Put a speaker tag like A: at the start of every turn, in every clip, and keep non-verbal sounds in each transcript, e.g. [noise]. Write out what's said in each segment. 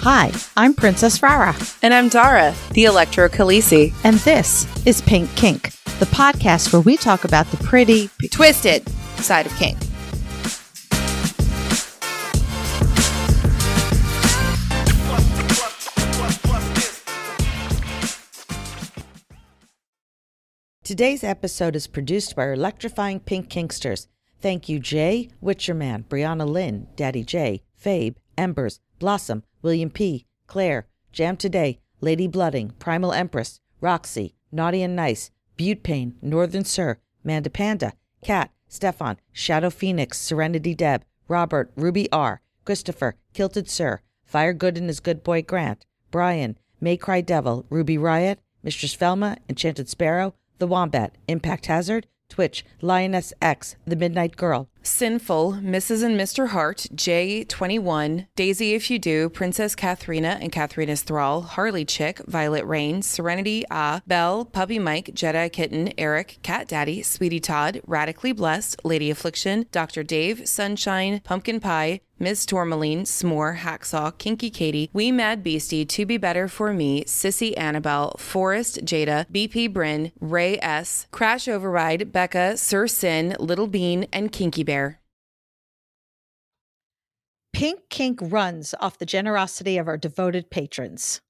A: Hi, I'm Princess Rara,
B: And I'm Dara, the Electro Khaleesi.
A: and this is Pink Kink, the podcast where we talk about the pretty.
B: Twisted side of kink.
C: Today's episode is produced by our electrifying pink kinksters. Thank you, Jay, Witcherman, Brianna Lynn, Daddy J, Fabe, Embers, Blossom, William P, Claire, Jam Today, Lady Blooding, Primal Empress, Roxy, Naughty and Nice, Butte Pain, Northern Sir, Manda Panda, Cat, Stefan, Shadow Phoenix, Serenity Deb, Robert, Ruby R, Christopher, Kilted Sir, Fire Good and his good boy Grant, Brian, May Cry Devil, Ruby Riot, Mistress Velma, Enchanted Sparrow, The Wombat, Impact Hazard, Twitch, Lioness X, The Midnight Girl.
B: Sinful, Mrs. and Mr. Hart, J21, Daisy If You Do, Princess Katharina and Katharina's Thrall, Harley Chick, Violet Rain, Serenity Ah, Belle, Puppy Mike, Jedi Kitten, Eric, Cat Daddy, Sweetie Todd, Radically Blessed, Lady Affliction, Dr. Dave, Sunshine, Pumpkin Pie, Ms. Tourmaline, S'more, Hacksaw, Kinky Katie, We Mad Beastie, To Be Better For Me, Sissy Annabelle, Forrest Jada, BP Bryn, Ray S, Crash Override, Becca, Sir Sin, Little Bean, and Kinky Bear.
A: Pink Kink runs off the generosity of our devoted patrons.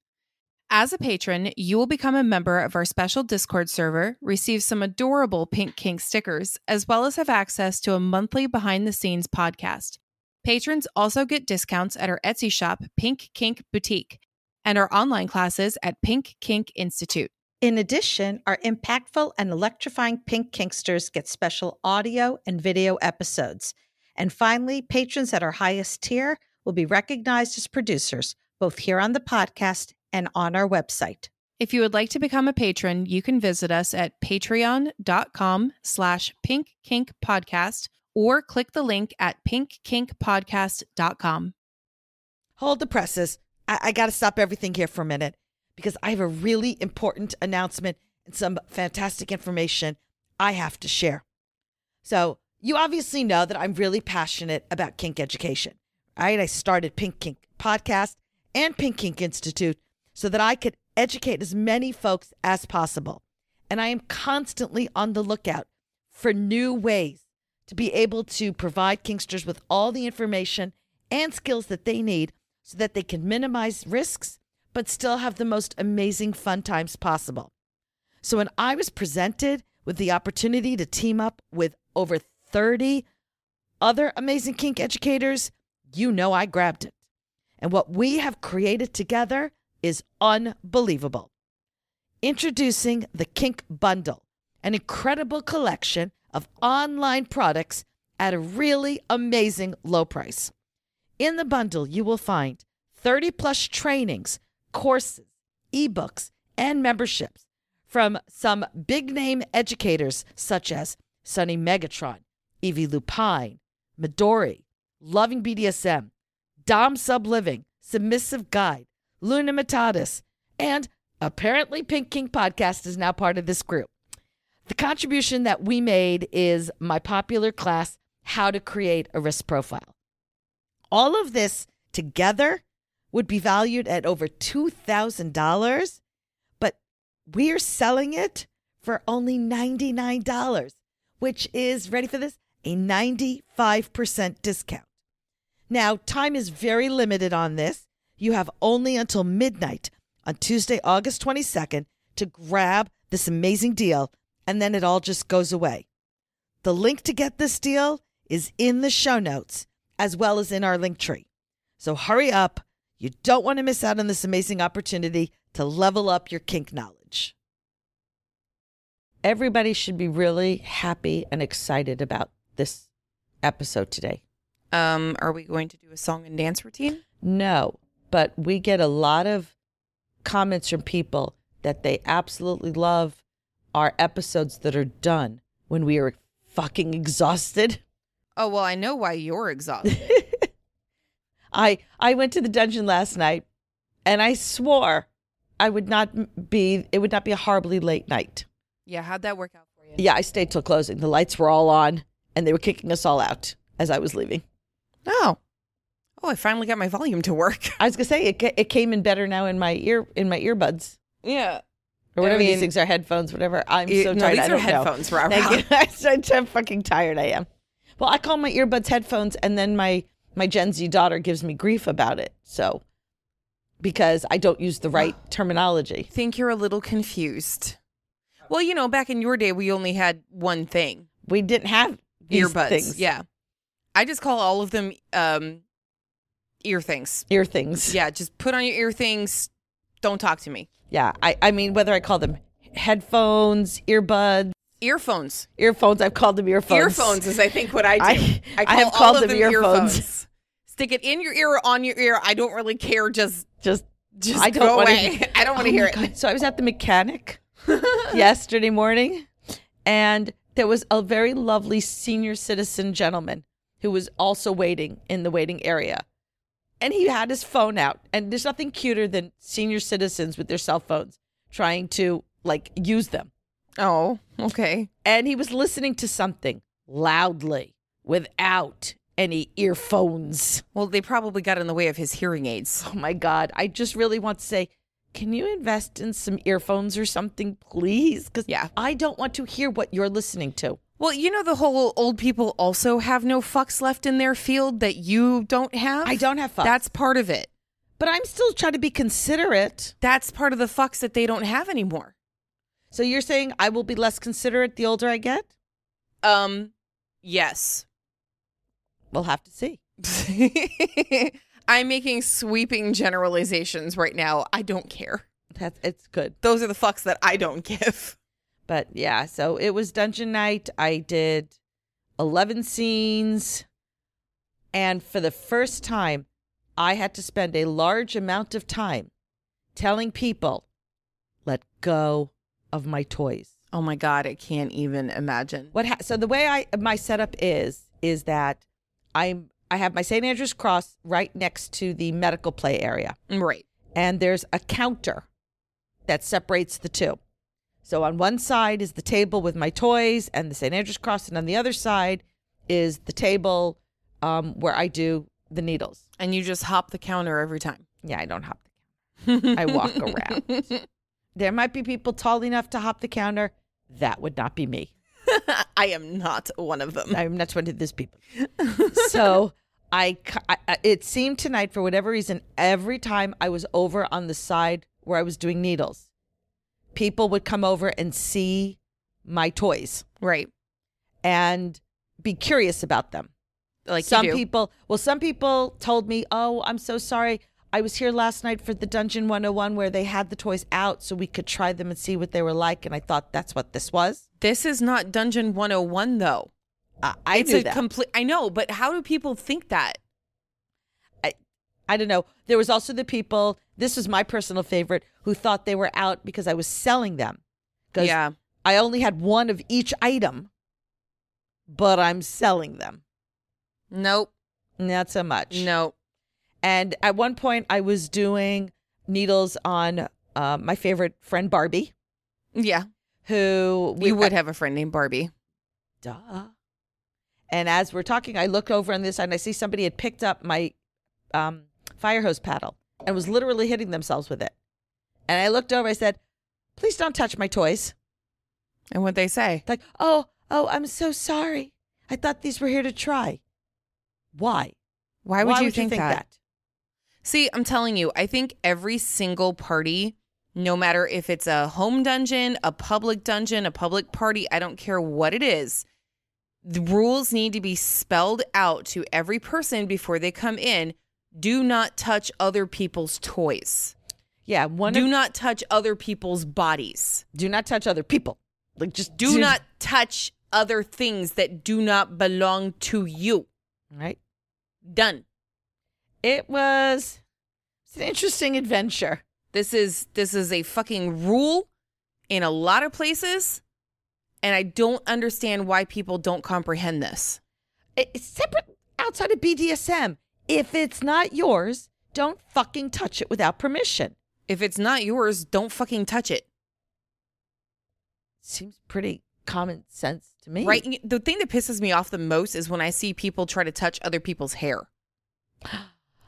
B: As a patron, you will become a member of our special Discord server, receive some adorable Pink Kink stickers, as well as have access to a monthly behind the scenes podcast. Patrons also get discounts at our Etsy shop, Pink Kink Boutique, and our online classes at Pink Kink Institute.
A: In addition, our impactful and electrifying Pink Kinksters get special audio and video episodes. And finally, patrons at our highest tier will be recognized as producers, both here on the podcast and on our website.
B: If you would like to become a patron, you can visit us at patreon.com slash Pink Kink Podcast or click the link at pinkkinkpodcast.com.
C: Hold the presses. I, I got to stop everything here for a minute because I have a really important announcement and some fantastic information I have to share. So, you obviously know that I'm really passionate about kink education, right? I started Pink Kink Podcast and Pink Kink Institute so that I could educate as many folks as possible. And I am constantly on the lookout for new ways to be able to provide Kingsters with all the information and skills that they need so that they can minimize risks but still have the most amazing fun times possible. So when I was presented with the opportunity to team up with over 30 other amazing kink educators, you know I grabbed it. And what we have created together is unbelievable. Introducing the Kink Bundle, an incredible collection of online products at a really amazing low price. In the bundle, you will find 30 plus trainings, courses, ebooks, and memberships from some big name educators such as Sonny Megatron, Evie Lupine, Midori, Loving BDSM, Dom Subliving, Submissive Guide, Luna Matatis, and apparently Pink King Podcast is now part of this group. The contribution that we made is my popular class, How to Create a Risk Profile. All of this together would be valued at over $2,000, but we're selling it for only $99, which is, ready for this, a 95% discount. Now, time is very limited on this. You have only until midnight on Tuesday, August 22nd to grab this amazing deal, and then it all just goes away. The link to get this deal is in the show notes as well as in our link tree. So hurry up. You don't want to miss out on this amazing opportunity to level up your kink knowledge. Everybody should be really happy and excited about this episode today.
B: Um, are we going to do a song and dance routine?
C: No, but we get a lot of comments from people that they absolutely love our episodes that are done when we are fucking exhausted. [laughs]
B: Oh, well, I know why you're exhausted.
C: I I went to the dungeon last night and I swore I would not m- be it would not be a horribly late night.
B: yeah, how'd that work out for you?
C: Yeah, I stayed till closing. The lights were all on and they were kicking us all out as I was leaving.
B: No. Oh, I finally got my volume to work. [laughs]
C: I was gonna say it. ca- It came in better now in my ear in my earbuds
B: Yeah. I
C: or whatever
B: mean-
C: these things are headphones. Whatever. I'm
B: You-
C: so
B: no,
C: tired.
B: these
C: I
B: are
C: don't
B: headphones,
C: Know.
B: Rob. [laughs]
C: Thank you. [laughs] I'm so damn fucking tired. I am. Well, I call my earbuds headphones, and then my my Gen Z daughter gives me grief about it. So because I don't use
B: [gasps]
C: the right terminology.
B: Think you're a little confused. Well, you know, back in your day, we only had one thing
C: We didn't have these
B: earbuds.
C: Things.
B: Yeah. I just call all of them um, ear things.
C: Ear things.
B: Yeah. Just put on your ear things. Don't talk to me.
C: Yeah, I, I mean, whether I call them headphones, earbuds,
B: Earphones.
C: earphones, I've called them earphones.
B: Earphones is, I think, what I do.
C: I- I have called them earphones.
B: Stick it in your ear or on your ear. I don't really care. Just,
C: Just,
B: just
C: I don't
B: go
C: wanna- Oh
B: away. [laughs] I don't want to hear it.
C: so I was at
B: [laughs]
C: the mechanic yesterday morning, and there was a very lovely senior citizen gentleman who was also waiting in the waiting area. And he had his phone out, and there's nothing cuter than senior citizens with their cell phones trying to like use them.
B: Oh, okay.
C: and he was listening to something loudly without any earphones.
B: Well, they probably got in the way of his hearing aids.
C: Oh my God. I just really want to say, can you invest in some earphones or something, please? Because
B: Yeah.
C: I don't want to hear what you're listening to.
B: Well, you know, the whole old people also have no fucks left in their field that you don't have.
C: I don't have fucks.
B: That's part of it.
C: But I'm still trying to be considerate.
B: That's part of the fucks that they don't have anymore.
C: So you're saying I will be less considerate the older I get?
B: Um, yes. [laughs]
C: We'll have to see.
B: I'm making sweeping generalizations right now. I don't care.
C: That's it's good.
B: Those are the fucks that I don't give. [laughs]
C: But yeah, so it was dungeon night. I did 11 scenes. And for the first time, I had to spend a large amount of time telling people, let go of my toys.
B: Oh my God, I can't even imagine.
C: What ha- so the way I my setup is is that I'm I have my St. Andrew's cross right next to the medical play area
B: Right.
C: and there's a counter that separates the two. So on one side is the table with my toys and the St. Andrew's cross, and on the other side is the table um, where I do the needles.
B: And you just hop the counter every time.
C: Yeah, I don't hop the counter. I walk around. There might be people tall enough to hop the counter. That would not be me.
B: I am not one of them.
C: I'm not one of these people. so I, c- I- I- it seemed tonight for whatever reason every time I was over on the side where I was doing needles, people would come over and see my toys
B: Right.
C: and be curious about them.
B: Like
C: some
B: you do.
C: people, well, some people told me, "Oh, I'm so sorry. I was here last night for the Dungeon 101 where they had the toys out so we could try them and see what they were like." And I thought that's what this was.
B: This is not Dungeon 101 though.
C: I I
B: It's
C: knew
B: a
C: that.
B: complete I know, but how do people think that?
C: I don't know. There was also the people, this was my personal favorite, who thought they were out because I was selling them. 'Cause
B: Yeah.
C: I only had one of each item, but I'm selling them.
B: Nope.
C: Not so much.
B: Nope.
C: And at one point, I was doing needles on uh, my favorite friend, Barbie,
B: Yeah.
C: who
B: We would have a friend named Barbie.
C: Duh. And as we're talking, I look over on this side and I see somebody had picked up my um, fire hose paddle and was literally hitting themselves with it. And I looked over, I said, Please don't touch my toys.
B: And what they say?
C: Like, oh, oh, I'm so sorry. I thought these were here to try. Why?
B: Why would, you, think that?
C: that?
B: See, I'm telling you, I think every single party, no matter if it's a home dungeon, a public dungeon, a public party, I don't care what it is, the rules need to be spelled out to every person before they come in. Do not touch other people's toys.
C: Yeah, one
B: do
C: of-
B: not touch other people's bodies.
C: do not touch other people. Like just
B: Do not touch other things that do not belong to you.
C: right.
B: Done.
C: It was it's an interesting adventure.
B: This is this is a fucking rule in a lot of places, and I don't understand why people don't comprehend this.
C: It- it's separate outside of BDSM. If it's not yours, don't fucking touch it without permission.
B: If it's not yours, don't fucking touch it.
C: Seems pretty common sense to me.
B: Right? The thing that pisses me off the most is when I see people try to touch other people's hair.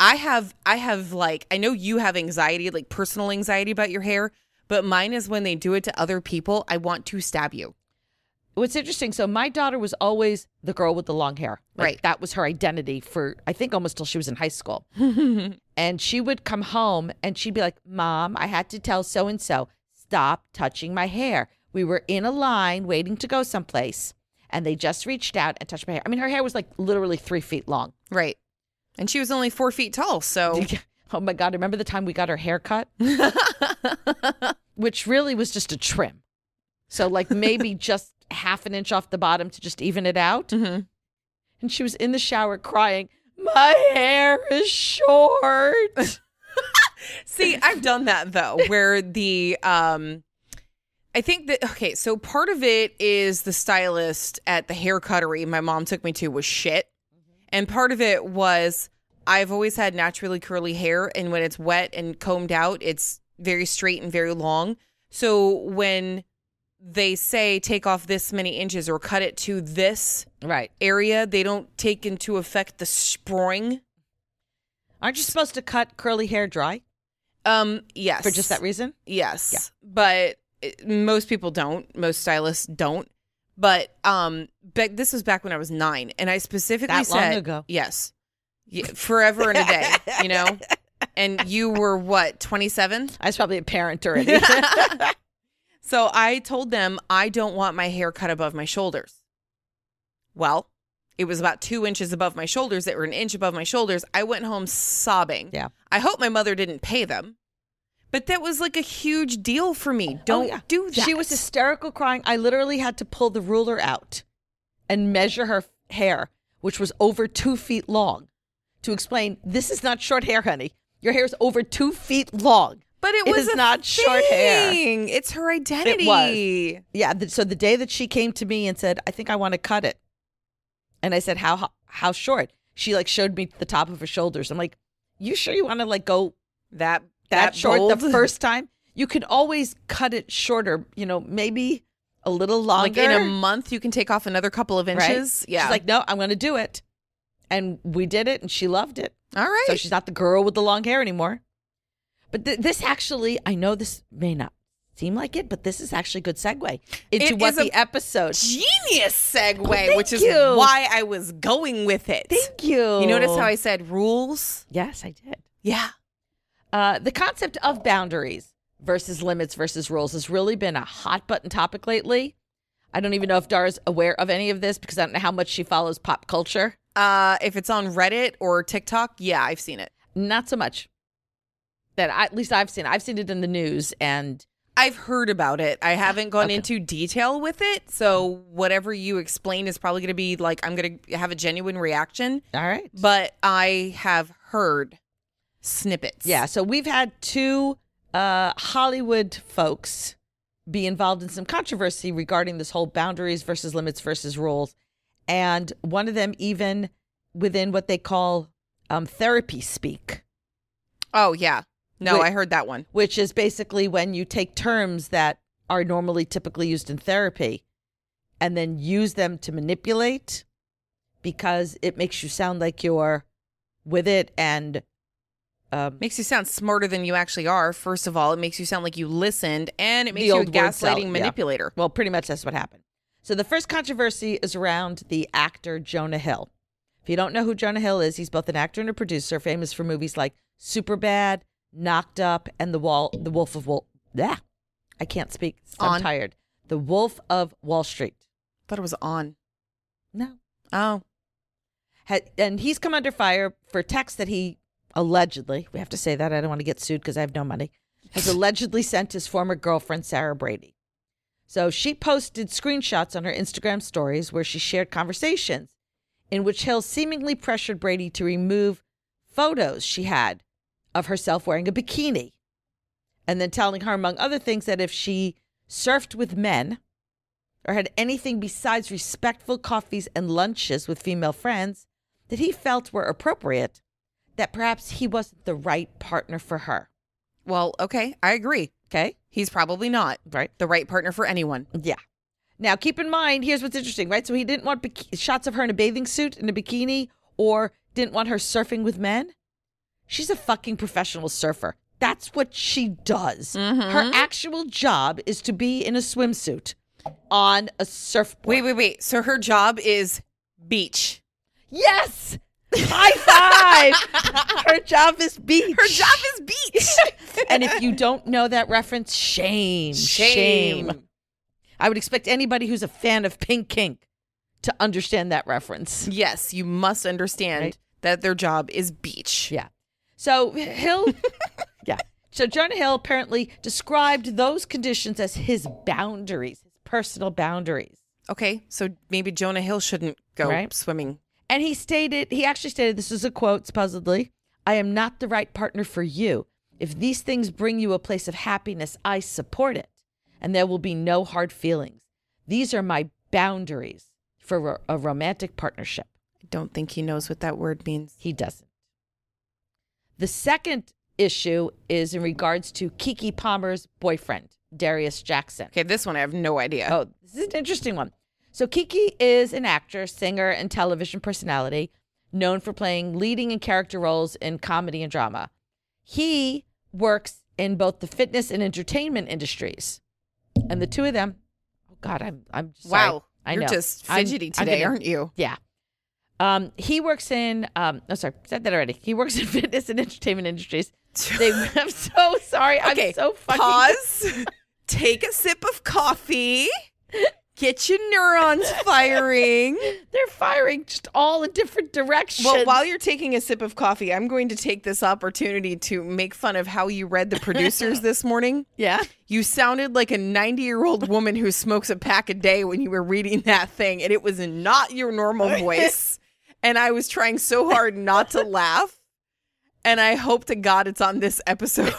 B: I have I have like I know you have anxiety, like personal anxiety about your hair, but mine is when they do it to other people, I want to stab you.
D: What's interesting, so my daughter was always the girl with the long hair. Like,
B: Right.
D: That was her identity for, I think, almost till she was in high school.
B: [laughs]
D: and she would come home and she'd be like, Mom, I had to tell so and so, stop touching my hair. We were in a line waiting to go someplace and they just reached out and touched my hair. I mean, her hair was like literally three feet long.
B: Right. And she was only four feet tall,
C: [laughs]
B: so
D: [laughs] Oh my God, remember the time we got her hair cut? Which really was just a trim. So, like, maybe just half an inch off the bottom to just even it out.
B: Mhm.
D: And she was in the shower crying, My hair is short.
B: see, I've done that though, where the um I think that okay, so part of it is the stylist at the hair cuttery my mom took me to was shit.
C: Mm-hmm.
B: And part of it was I've always had naturally curly hair and when it's wet and combed out, it's very straight and very long. So when they say take off this many inches or cut it to this
D: right.
B: area, they don't take into effect the spring.
C: Aren't you supposed to cut curly hair dry
B: Um, yes.
C: for just that reason?
B: Yes. But it, most people don't. Most stylists don't. But um, but this was back when I was nine, and I specifically
C: That long
B: said,
C: ago.
B: yes, yeah, forever and a day, you [laughs] know. And you were what twenty seven?
D: I was probably a parent already.
B: So I told them I don't want my hair cut above my shoulders. Well, it was about two inches above my shoulders that were an inch above my shoulders. I went home sobbing.
C: Yeah.
B: I hope my mother didn't pay them. But that was like a huge deal for me. Don't
C: Oh, yeah.
B: do that.
C: She was hysterical crying. I literally had to pull the ruler out and measure her hair, which was over two feet long, to explain this is not short hair, honey. Your hair is over two feet long.
B: But it,
C: It
B: was
C: is
B: a
C: not short hair.
B: thing. It's her identity.
C: Yeah. th- So the day that she came to me and said, "I think I want to cut it," and I said, "How how, how short?" She like showed me the top of her shoulders. I'm like, "You sure you want to like go
B: That
C: that, short
B: bold. [laughs]
C: the first time? You could always cut it shorter. You know, maybe a little
B: like
C: longer."
B: in a month you can take off another couple of
C: right?
B: inches. Yeah.
C: She's like, no, I'm going to do it. And we did it and she loved it.
B: all right.
C: So she's not the girl with the long hair anymore. But th- this actually, I know this may not seem like it, but this is actually a good segue into
B: It
C: what
B: is a-
C: the episode.
B: genius segue,
C: thank
B: which is
C: you.
B: why I was going with it.
C: Thank you.
B: You notice how I said rules?
C: Yes, I did.
B: Yeah.
C: Uh, the concept of boundaries versus limits versus rules has really been a hot button topic lately. I don't even know if Dara's aware of any of this because I don't know how much she follows pop culture.
B: Uh, if it's on Reddit or TikTok, yeah, I've seen it.
C: Not so much. That I, at least I've seen. I've seen it in the news and
B: I've heard about it. I haven't gone
C: Okay.
B: into detail with it. So whatever you explain is probably going to be like, I'm going to have a genuine reaction,
C: All right.
B: but I have heard snippets.
C: Yeah. So we've had two uh, Hollywood folks be involved in some controversy regarding this whole boundaries versus limits versus rules. And one of them, even within what they call um, therapy speak,
B: Oh, yeah. No,
C: Wait.
B: I heard that one.
C: which is basically when you take terms that are normally typically used in therapy and then use them to manipulate because it makes you sound like you're with it and um,
B: Makes you sound smarter than you actually are. First of all, it makes you sound like you listened, and it
C: The
B: makes you a
C: old word salad,
B: gaslighting
C: yeah.
B: manipulator.
C: Well, pretty much that's what happened. So the first controversy is around the actor Jonah Hill. If you don't know who Jonah Hill is, he's both an actor and a producer, famous for movies like Superbad, Knocked Up, and The Wall, The Wolf of Wall. Yeah, I can't speak. I'm
B: On.
C: tired. The Wolf of Wall Street.
B: Thought it was on.
C: No,
B: Oh,
C: Ha- and he's come under fire for texts that he allegedly, we have to say that, I don't want to get sued because I have no money, has allegedly sent his former girlfriend, Sarah Brady. So she posted screenshots on her Instagram stories where she shared conversations in which Hill seemingly pressured Brady to remove photos she had of herself wearing a bikini and then telling her, among other things, that if she surfed with men, or had anything besides respectful coffees and lunches with female friends that he felt were appropriate, that perhaps he wasn't the right partner for her.
B: well, okay. I agree.
C: Okay?
B: He's probably not
C: Right.
B: the right partner for anyone.
C: Yeah. Now, keep in mind, here's what's interesting, right? So he didn't want bik- shots of her in a bathing suit, in a bikini, or didn't want her surfing with men. She's a fucking professional surfer. That's what she does.
B: Mm-hmm.
C: Her actual job is to be in a swimsuit on a surfboard.
B: Wait, wait, wait. So her job is beach.
C: Yes! High five!
B: [laughs]
C: Her job is beach.
B: Her job is beach. [laughs]
C: And if you don't know that reference, shame, shame. I would expect anybody who's a fan of Pink Kink to understand that reference.
B: Yes, you must understand
C: Right.
B: that their job is beach.
C: Yeah. So Hill, [laughs] yeah. So Jonah Hill apparently described those conditions as his boundaries, his personal boundaries.
B: Okay, so maybe Jonah Hill shouldn't go
C: Right.
B: swimming.
C: And he stated, he actually stated, this is a quote supposedly, I am not the right partner for you. If these things bring you a place of happiness, I support it. And there will be no hard feelings. These are my boundaries for ro- a romantic partnership.
B: I don't think he knows what that word means.
C: He doesn't. The second issue is in regards to Kiki Palmer's boyfriend, Darius Jackson.
B: Okay, this one I have no idea.
C: [laughs] Oh, this is an interesting one. So Kiki is an actor, singer, and television personality known for playing leading and character roles in comedy and drama. He works in both the fitness and entertainment industries. And the two of them, oh God, I'm I'm sorry.
B: wow.
C: I
B: You're
C: know.
B: just
C: I'm-
B: fidgety
C: I'm
B: today,
C: gonna-
B: aren't you?
C: yeah. Um, he works in. Um, no, sorry, said that already. He works in [laughs] fitness and entertainment industries.
B: [laughs]
C: They, I'm so sorry.
B: Okay,
C: I'm so fucking.
B: Pause.
C: [laughs]
B: Take a sip of coffee. Get your
C: [laughs]
B: neurons firing.
C: They're firing just all in different directions.
B: Well, while you're taking a sip of coffee, I'm going to take this opportunity to make fun of how you read the
C: [laughs]
B: producers this morning.
C: yeah.
B: You sounded like a 90 year old [laughs] woman who smokes a pack a day when you were reading that thing, and it was not your [laughs] normal voice. and I was trying so hard not to laugh. And I hope to God it's on this episode.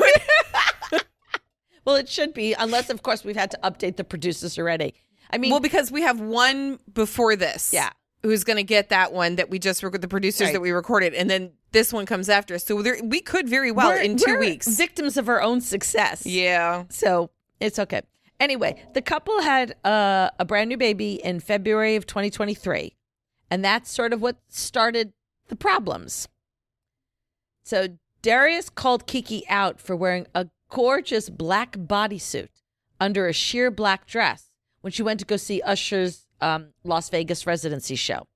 C: Well, it should be, unless of course we've had to update the producers already. I
B: [laughs]
C: mean,
B: well, because we have one before this.
C: Yeah.
B: Who's going to get that one that we just recorded, the producers
C: Right.
B: that we recorded, and then this one comes after. So there, we could very well
C: we're-
B: in 2
C: we're
B: weeks.
C: victims of our own success.
B: yeah.
C: So it's okay. Anyway, the couple had uh, a brand new baby in February of 2023. And that's sort of what started the problems. So Darius called Kiki out for wearing a gorgeous black bodysuit under a sheer black dress when she went to go see Usher's um, Las Vegas residency show.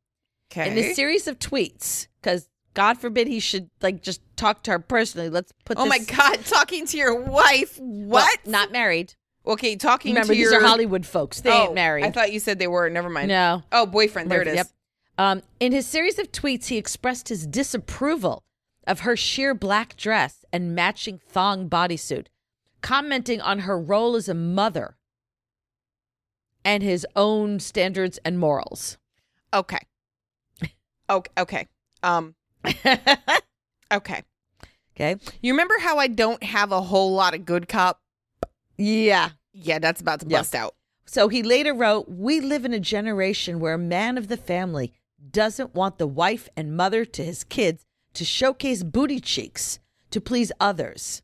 B: Okay.
C: In a series of tweets, because God forbid he should like just talk to her personally. Let's put
B: oh
C: this,
B: my God, talking to your wife.
C: Well,
B: What?
C: not married.
B: okay, talking
C: Remember,
B: to your
C: these are Hollywood folks. They ain't married.
B: Oh, I thought you said they were. Never mind.
C: no.
B: Oh, boyfriend. There it is.
C: Yep. Um, in his series of tweets, he expressed his disapproval of her sheer black dress and matching thong bodysuit, commenting on her role as a mother and his own standards and morals.
B: Okay. Okay. Okay.
C: [laughs]
B: Um. okay.
C: Okay.
B: You remember how I don't have a whole lot of good cop?
C: Yeah.
B: Yeah, that's about to
C: Yeah.
B: bust out.
C: So he later wrote, We live in a generation where a man of the family doesn't want the wife and mother to his kids to showcase booty cheeks to please others.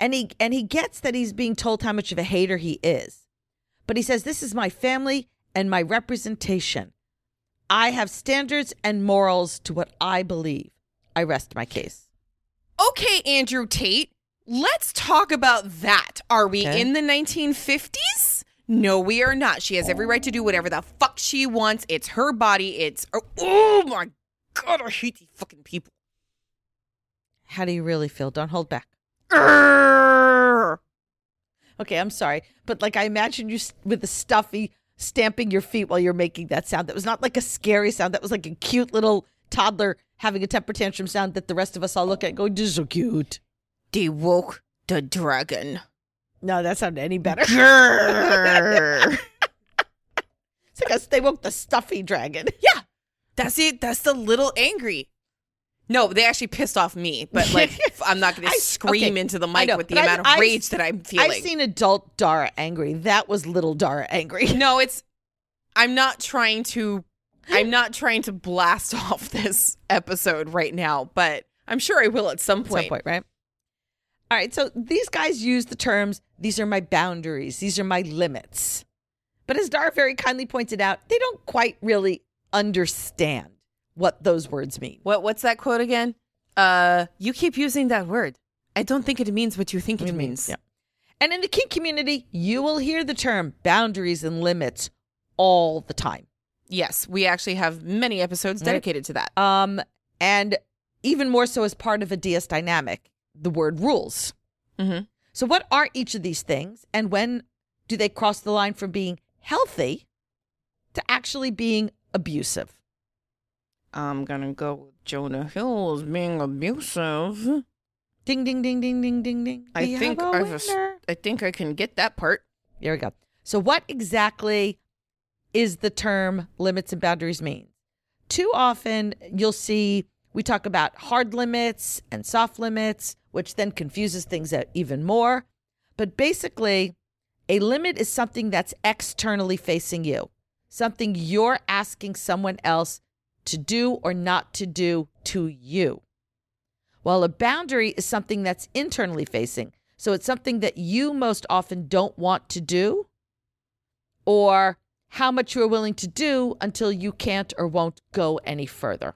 C: And he and he gets that he's being told how much of a hater he is. But he says, This is my family and my representation. I have standards and morals to what I believe. I rest my case.
B: Okay, Andrew Tate. Let's talk about that. Are we
C: Okay.
B: in the 1950s? No, we are not. She has every right to do whatever the fuck she wants. It's her body. It's oh, oh my god, I hate these fucking people.
C: How do you really feel? Don't hold back.
B: Urgh.
C: Okay, I'm sorry, but like I imagine you s- with the stuffy stamping your feet while you're making that sound. That was not like a scary sound. That was like a cute little toddler having a temper tantrum sound that the rest of us all look at and go, "This is so cute."
B: They woke the dragon.
C: No, that sounded any better.
B: Grrr.
C: [laughs] It's like us, they woke the stuffy dragon. [laughs]
B: yeah, [laughs] that's it. That's the little angry. No, they actually pissed off me, but [laughs] like
C: [laughs]
B: f- I'm not going
C: I-
B: to scream
C: okay,
B: into the
C: I
B: mic
C: know,
B: with the
C: but I've-
B: amount of
C: I've-
B: rage that I'm feeling.
C: I've seen adult Dara angry. That was little Dara angry.
B: no, it's I'm not trying to I'm not trying to blast [laughs] off this episode right now, but I'm sure I will at some
C: At
B: point.
C: some point, right? All right, so these guys use the terms, these are my boundaries, these are my limits. But as Dar very kindly pointed out, they don't quite really understand what those words mean.
B: What what's that quote again? Uh, you keep using that word. I don't think it means what you think it means.
E: yeah.
C: And in the kink community, you will hear the term boundaries and limits all the time.
B: Yes, we actually have many episodes dedicated to that.
C: Um, and even more so as part of a DS dynamic, the word rules.
B: Mhm.
C: So, what are each of these things, and when do they cross the line from being healthy to actually being abusive?
B: I'm gonna go with Jonah Hill as being abusive.
C: Ding, ding, ding, ding, ding, ding, ding.
B: I
C: We have
B: think
C: a
B: I've es-
C: winner.
B: I think I can get that part.
C: There we go. So, what exactly is the term limits and boundaries mean? Too often, you'll see we talk about hard limits and soft limits, which then confuses things out even more. But basically, a limit is something that's externally facing you, something you're asking someone else to do or not to do to you. While a boundary is something that's internally facing. So it's something that you most often don't want to do or how much you are willing to do until you can't or won't go any further.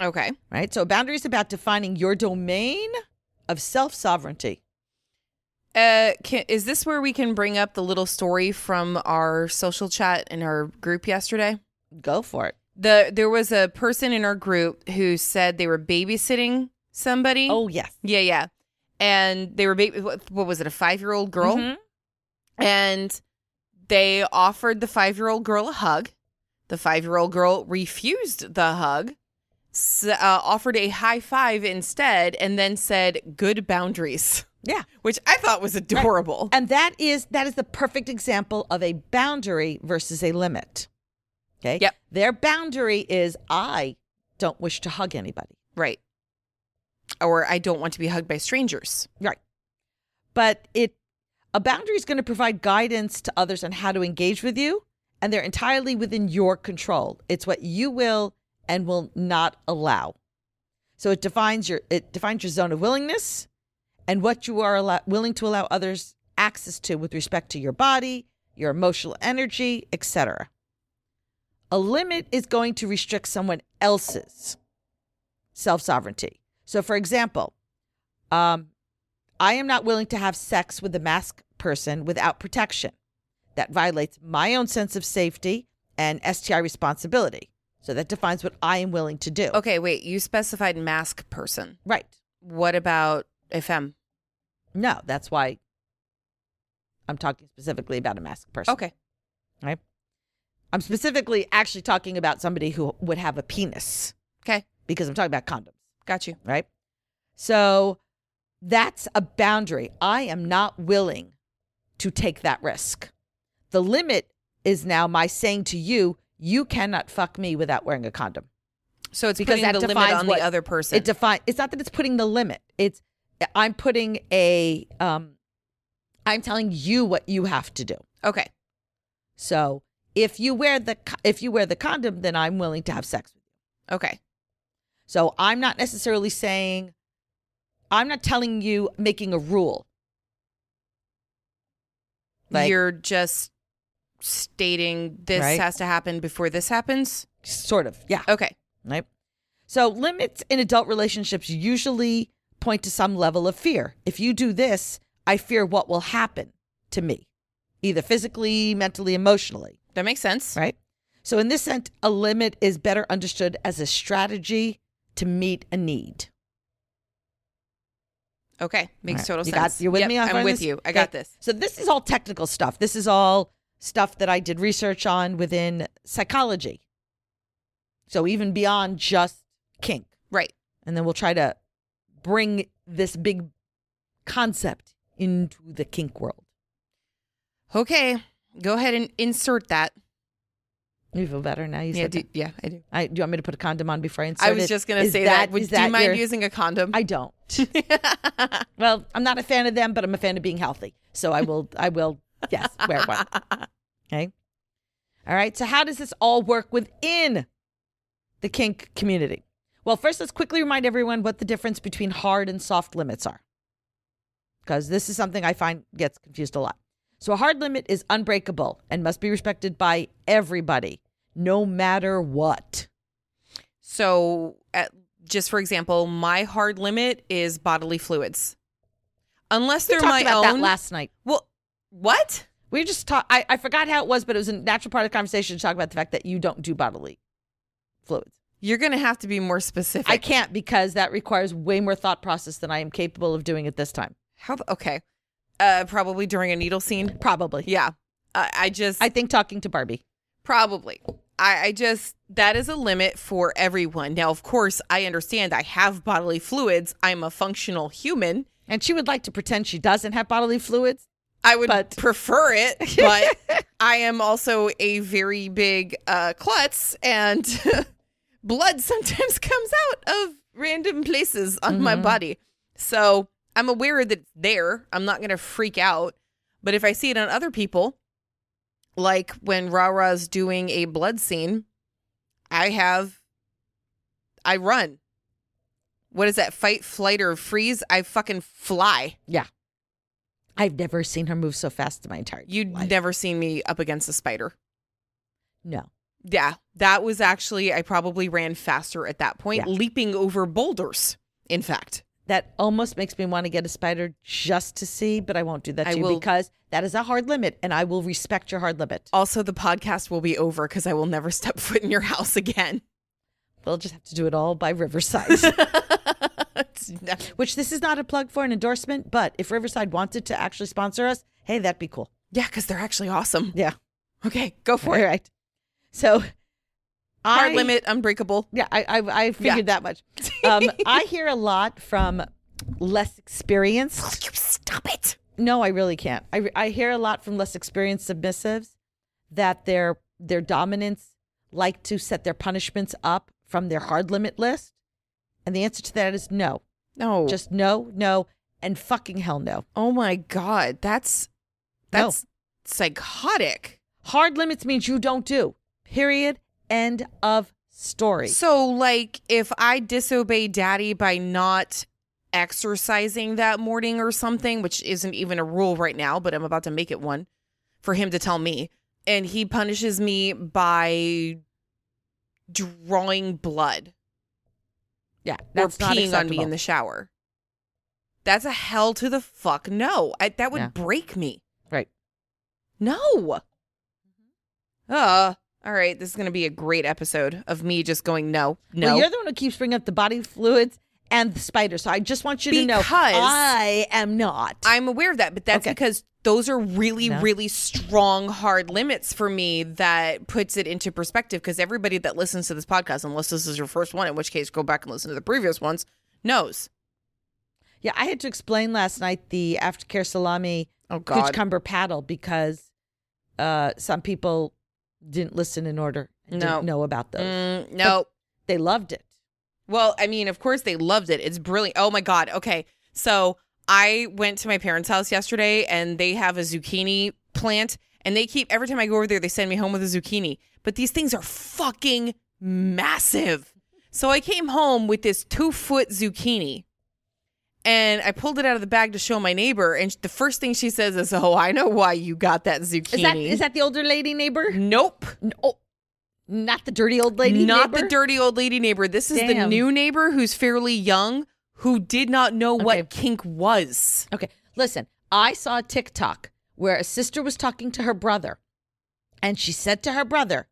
B: Okay.
C: Right? So a boundary is about defining your domain of self sovereignty.
B: Uh, can, is this where we can bring up the little story from our social chat in our group yesterday?
C: Go for it.
B: The there was a person in our group who said they were babysitting somebody.
C: Oh, yes.
B: yeah, yeah, and they were baby. What, what was it? A five year old girl,
C: Mhm.
B: and they offered the five year old girl a hug. The five year old girl refused the hug, s- uh, offered a high five instead, and then said, "Good boundaries." [laughs]
C: Yeah.
B: which I thought was adorable.
C: And that is that is the perfect example of a boundary versus a limit. Okay?
B: Yep.
C: Their boundary is I don't wish to hug anybody.
B: Right. Or I don't want to be hugged by strangers.
C: Right. But it a boundary is going to provide guidance to others on how to engage with you, and they're entirely within your control. It's what you will and will not allow. So it defines your it defines your zone of willingness and what you are allow, willing to allow others access to with respect to your body, your emotional energy, etc. A limit is going to restrict someone else's self-sovereignty. So for example, um, I am not willing to have sex with a masked person without protection. That violates my own sense of safety and STI responsibility. So that defines what I am willing to do.
B: Okay, wait, you specified mask person.
C: Right.
B: What about FM?
C: No, that's why I'm talking specifically about a masked person.
B: Okay.
C: Right. I'm specifically actually talking about somebody who would have a penis
B: Okay.
C: because I'm talking about condoms.
B: Got you.
C: right? So that's a boundary. I am not willing to take that risk. The limit is now my saying to you, you cannot fuck me without wearing a condom.
B: So it's
C: Because
B: putting
C: that
B: the limit
C: defines
B: on
C: what-
B: the other person.
C: It defines it's not that it's putting the limit. It's I'm putting a um I'm telling you what you have to do.
B: okay.
C: So if you wear the co- if you wear the condom, then I'm willing to have sex with you.
B: Okay.
C: So I'm not necessarily saying, I'm not telling you making a rule. Like
B: You're just stating this
C: Right.
B: has to happen before this happens.
C: sort of, yeah,
B: Okay.
C: right. So limits in adult relationships usually point to some level of fear. If you do this, I fear what will happen to me, either physically, mentally, emotionally,
B: That makes sense.
C: right? So in this sense, a limit is better understood as a strategy to meet a need.
B: Okay. Makes
C: Right.
B: total
C: you
B: sense.
C: Got, you're with
B: Yep,
C: me on
B: I'm
C: finding
B: with
C: this?
B: you. I
C: Okay.
B: got this.
C: So this is all technical stuff. This is all stuff that I did research on within psychology. So even beyond just kink.
B: Right.
C: And then we'll try to bring this big concept into the kink world.
B: Okay. Go ahead and insert that.
C: You feel better now? You
B: yeah,
C: said
B: do,
C: that.
B: yeah, I do.
C: I, do you want me to put a condom on before I insert
B: I was
C: it?
B: just going to
C: Is
B: say that.
C: is
B: Would, do you mind
C: your-
B: using a condom?
C: I don't. [laughs] Well, I'm not a fan of them, but I'm a fan of being healthy. So I will, I will, yes, wear one.
B: [laughs]
C: Okay. All right. So, how does this all work within the kink community? Well, first, let's quickly remind everyone what the difference between hard and soft limits are, because this is something I find gets confused a lot. So, a hard limit is unbreakable and must be respected by everybody, no matter what.
B: So at just for example, my hard limit is bodily fluids. Unless they're
C: talked
B: my
C: about
B: own.
C: that last night.
B: well, what?
C: We just talked. I, I forgot how it was, but it was a natural part of the conversation to talk about the fact that you don't do bodily fluids.
B: You're going to have to be more specific.
C: I can't because that requires way more thought process than I am capable of doing at this time.
B: How? The, okay. Uh, probably during a needle scene.
C: Probably.
B: Yeah. I I just.
C: I think talking to Barbie.
B: Probably. I, I just, that is a limit for everyone. Now, of course, I understand I have bodily fluids. I'm a functional human.
C: And she would like to pretend she doesn't have bodily fluids.
B: I would
C: But-
B: prefer it, but I am also a very big uh, klutz, and [laughs] blood sometimes [laughs] comes out of random places on my body. So I'm aware that it's there. I'm not going to freak out. But if I see it on other people, like when Rara's doing a blood scene, I have, I run. What is that? Fight, flight, or freeze? I fucking fly.
C: I've never seen her move so fast in my entire
B: You'd
C: life.
B: never seen me up against a spider.
C: no.
B: Yeah, that was actually, I probably ran faster at that point,
C: Yeah.
B: leaping over boulders, in fact.
C: That almost makes me want to get a spider just to see, but I won't do that
B: I
C: to you
B: will-
C: because that is a hard limit and I will respect your hard limit.
B: Also, the podcast will be over because I will never [laughs] step foot in your house again. [laughs]
C: We'll just have to do it all by Riverside. [laughs]
B: It's never-
C: Which this is not a plug for an endorsement, but if Riverside wanted to actually sponsor us, hey, that'd be cool.
B: yeah, because they're actually awesome.
C: Yeah.
B: Okay, go for
C: All
B: it.
C: right. So
B: Hard
C: I-
B: limit, unbreakable.
C: Yeah, I I, I figured that much. Um, I hear a lot from less experienced.
B: You stop it.
C: No, I really can't. I re- I hear a lot from less experienced submissives that their their dominants like to set their punishments up from their hard limit list, and the answer to that is no,
B: No. Just,
C: just no, no, and fucking hell no.
B: oh my God. That's,
C: No.
B: that's psychotic.
C: Hard limits means you don't do. Period. End of story.
B: So, like, if I disobey daddy by not exercising that morning or something, which isn't even a rule right now, but I'm about to make it one for him to tell me, and he punishes me by drawing blood
C: yeah,
B: or peeing on me in the shower, that's a hell to the fuck no. I, that would
C: Yeah.
B: break me.
C: right.
B: No.
C: Mm-hmm.
B: Uh, all right. This is going to be a great episode of me just going, no, no.
C: Well, you're the one who keeps bringing up the body fluids and the spider. So I just want you to know
B: Because-
C: I am not.
B: I'm aware of that, but that's
C: Okay.
B: because those are really,
C: No.
B: really strong, hard limits for me that puts it into perspective. Because everybody that listens to this podcast, unless this is your first one, in which case go back and listen to the previous ones, knows.
C: yeah, I had to explain last night the aftercare salami
B: Oh
C: cucumber paddle because uh, some people didn't listen in order. and
B: No.
C: Didn't know about those.
B: Mm, no.
C: They loved it.
B: Well, I mean, of course they loved it. It's brilliant. Oh my God. Okay. So I went to my parents' house yesterday and they have a zucchini plant. And they keep, every time I go over there, they send me home with a zucchini. But these things are fucking massive. So I came home with this two foot zucchini and I pulled it out of the bag to show my neighbor. And the first thing she says is, Oh, I know why you got that zucchini.
C: Is that is that the older lady neighbor?
B: Nope.
C: Oh, not the dirty old lady.
B: not
C: neighbor?
B: the dirty old lady neighbor. This is the
C: Damn.
B: new neighbor who's fairly young who did not know what
C: Okay.
B: kink was.
C: Okay, listen. I saw a TikTok where a sister was talking to her brother, and she said to her brother,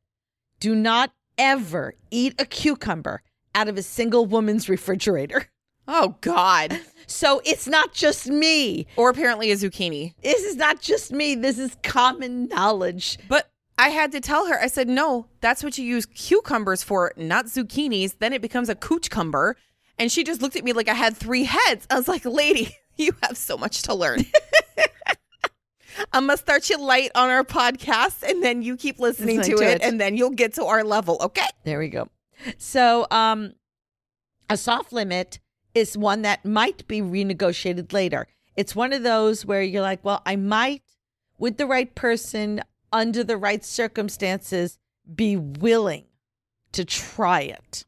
C: "Do not ever eat a cucumber out of a single woman's refrigerator." [laughs]
B: Oh God.
C: So it's not just me.
B: Or apparently a zucchini.
C: This is not just me. This is common knowledge.
B: But I had to tell her, I said, no, that's what you use cucumbers for, not zucchinis. Then it becomes a coochcumber. And she just looked at me like I had three heads. I was like, lady, [laughs] you have so much to learn. [laughs] I'm gonna start you light on our podcast, and then you keep listening
C: Listening
B: to
C: to
B: it,
C: it.
B: and then you'll get to our level, okay?
C: There we go. So, um, a soft limit is one that might be renegotiated later. It's one of those where you're like, well, I might, with the right person, under the right circumstances, be willing to try it.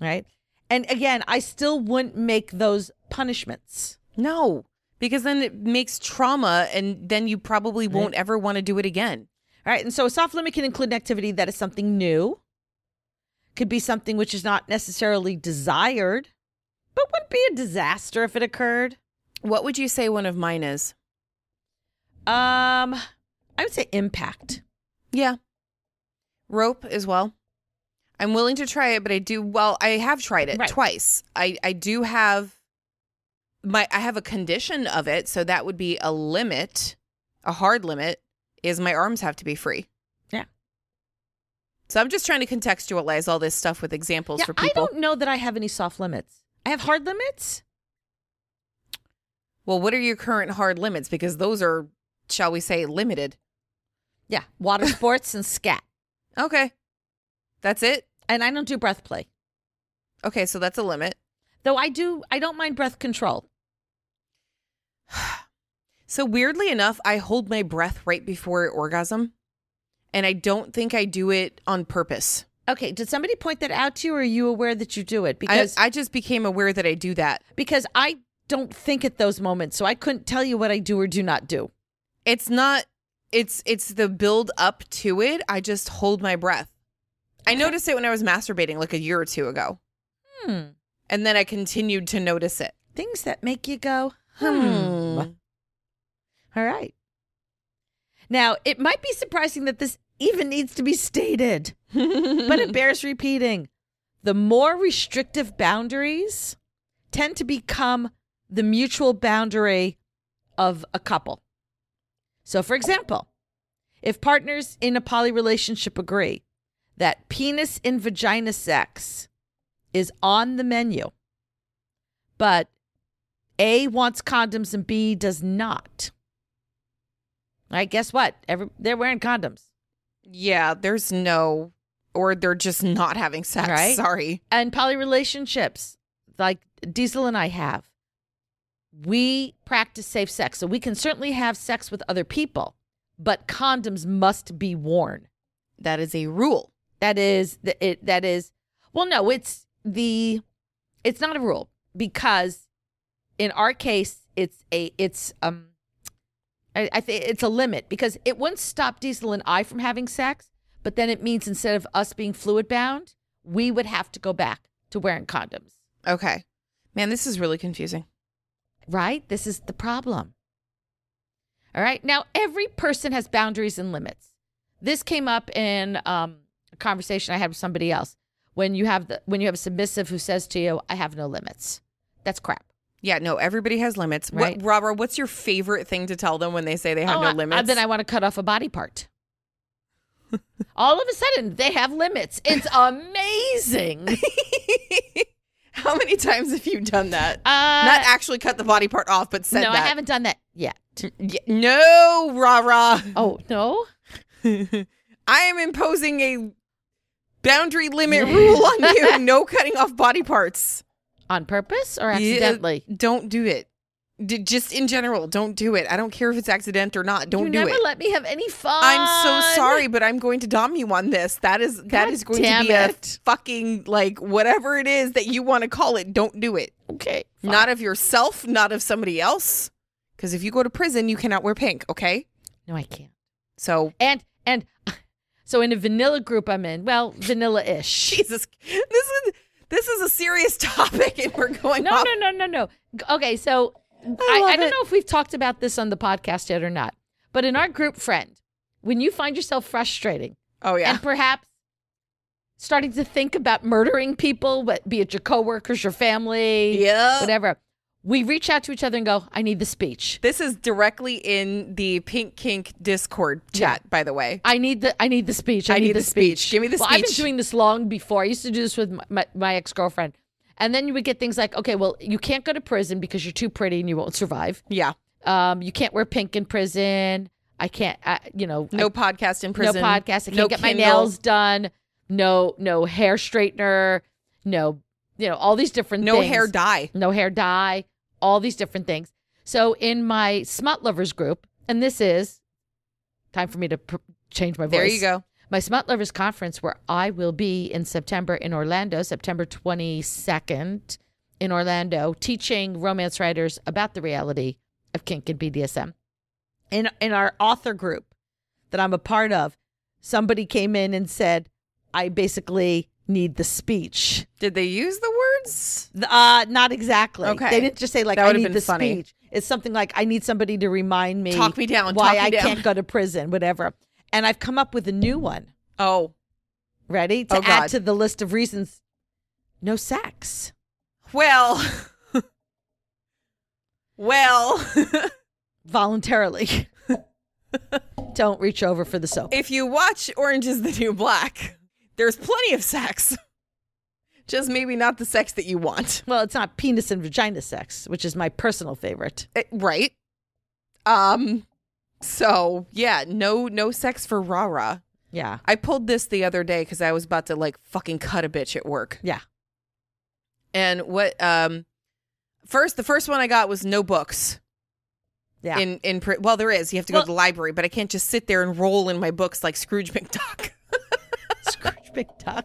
C: Right. And again, I still wouldn't make those punishments.
B: No, because then it makes trauma, and then you probably won't ever want to do it again.
C: All right. And so a soft limit can include an activity that is something new, could be something which is not necessarily desired, but would be a disaster if it occurred.
B: What would you say one of mine is?
C: Um, I would say impact.
B: Yeah. Rope as well. I'm willing to try it, but I do well, I have tried it
C: Right.
B: twice. I I do have my I have a condition of it, so that would be a limit, a hard limit is my arms have to be free.
C: Yeah.
B: So I'm just trying to contextualize all this stuff with examples for people.
C: I don't know that I have any soft limits. I have hard limits.
B: Well, what are your current hard limits because those are shall we say limited.
C: Yeah,
B: [laughs]
C: water sports and scat.
B: Okay. That's it.
C: And I don't do breath play.
B: Okay, so that's a limit.
C: Though I do I don't mind breath control.
B: So weirdly enough, I hold my breath right before orgasm, and I don't think I do it on purpose.
C: Okay, did somebody point that out to you or are you aware that you do it?
B: I,
C: Because
B: I just became aware that I do that.
C: because I don't think at those moments, so I couldn't tell you what I do or do not do.
B: It's not. It's it's the build up to it. I just hold my breath. I noticed it when I was masturbating like a year or two ago,
C: Hmm.
B: and then I continued to notice it.
C: Things that make you go, hmm.
B: Hmm.
C: All right. Now, it might be surprising that this even needs to be stated, but it bears repeating. The more restrictive boundaries tend to become the mutual boundary of a couple. So, for example, if partners in a poly relationship agree that penis in vagina sex is on the menu, but A wants condoms and B does not. All right, guess what? Every, they're wearing condoms.
B: Yeah, there's no, or they're just not having sex.
C: Right?
B: Sorry.
C: And poly relationships, like Diesel and I have, we practice safe sex. So we can certainly have sex with other people, but condoms must be worn.
B: That is a rule.
C: That is the it that is well no, it's the it's not a rule because in our case it's a it's um I, I think it's a limit because it wouldn't stop Diesel and I from having sex, but then it means instead of us being fluid bound, we would have to go back to wearing condoms.
B: Okay. Man, this is really confusing.
C: Right? This is the problem. All right. Now, every person has boundaries and limits. This came up in um, a conversation I had with somebody else. When you have the when you have a submissive who says to you, "I have no limits," that's crap.
B: Yeah, no, everybody has limits.
C: Right.
B: What, Robert, what's your favorite thing to tell them when they say they have
C: Oh,
B: no
C: I-
B: limits?
C: I, then I want to cut off a body part. All of a sudden, they have limits.
B: [laughs]
C: It's amazing.
B: [laughs] How many times have you done that?
C: Uh,
B: Not actually cut the body part off, but said
C: no,
B: that.
C: I haven't done that yet.
B: Y- no, rah rah.
C: Oh no.
B: I am imposing a boundary
C: [laughs]
B: limit rule on you. No cutting off body parts.
C: On purpose or
B: Yeah,
C: accidentally?
B: don't do it. D- just in general, don't do it. I don't care if it's accident or not. Don't
C: you
B: do
C: never
B: it.
C: let me have any fun.
B: I'm so sorry, but I'm going to dom you on this. That is that
C: God
B: is going to
C: damn
B: be a
C: it.
B: fucking like whatever it is that you want to call it. Don't do it.
C: Okay.
B: Not of yourself, not of somebody else. Because if you go to prison, you cannot wear pink. Okay,
C: No, I can't.
B: so
C: And and [laughs] so in a vanilla group I'm in, well,
B: [laughs]
C: vanilla-ish.
B: Jesus, this is this is a serious [laughs] topic, and we're going
C: no,
B: off.
C: no, no, no, no. G- Okay, so I, I,
B: love
C: don't
B: it.
C: know if we've talked about this on the podcast yet or not, but in our group friend, when you find yourself frustrating
B: Oh yeah,
C: and perhaps starting to think about murdering people, what be it your coworkers, your family,
B: yeah.
C: whatever, we reach out to each other and go, I need the speech.
B: This is directly in the Pink Kink Discord chat, by the way.
C: I need the I need the speech. I,
B: I need the speech. Give me the
C: well, I've been
B: speech.
C: doing this long before. I used to do this with my, my, my ex girlfriend, and then you would get things like, okay, well, you can't go to prison because you're too pretty and you won't survive.
B: Yeah,
C: Um, you can't wear pink in prison. I can't. I, you know, I-
B: no podcast in prison.
C: no podcast. I can't
B: no
C: get my
B: Kindle.
C: nails done. No, no hair straightener. No, you know, all these different
B: No
C: things.
B: hair dye.
C: no hair dye, all these different things. So in my smut lovers group, and this is time for me to pr- change my voice.
B: There you go.
C: My smut lovers conference, where I will be in September in Orlando, September 22nd in Orlando, teaching romance writers about the reality of kink and BDSM.
D: in in our author group that I'm a part of, somebody came in and said,
C: I basically need the speech.
B: Did they use the words?
C: Th- Uh, not exactly.
B: Okay.
C: They didn't just say like
B: That
C: I
B: would've
C: need
B: been
C: the
B: funny.
C: speech. It's something like I need somebody to remind me
B: Talk me down, talk
C: why
B: me
C: I
B: down.
C: can't go to prison, whatever. And I've come up with a new one.
B: Oh,
C: Ready to
B: Oh, God.
C: add to the list of reasons? No sex.
B: well. [laughs] well, [laughs]
C: voluntarily. [laughs] Don't reach over for the soap.
B: if you watch Orange is the New Black, there's plenty of sex. [laughs] Just maybe not the sex that you want.
C: Well, it's not penis and vagina sex, which is my personal favorite.
B: Eh, right? Um so, yeah, no no sex for rah-rah.
C: Yeah.
B: I pulled this the other day cuz I was about to like fucking cut a bitch at work.
C: Yeah.
B: And what um first the first one I got was no books.
C: Yeah.
B: In in pri- well there is. You have to go
C: Well-
B: to the library, but I can't just sit there and roll in my books like Scrooge McDuck.
C: [laughs]
B: [laughs]
C: Scrooge McDuck.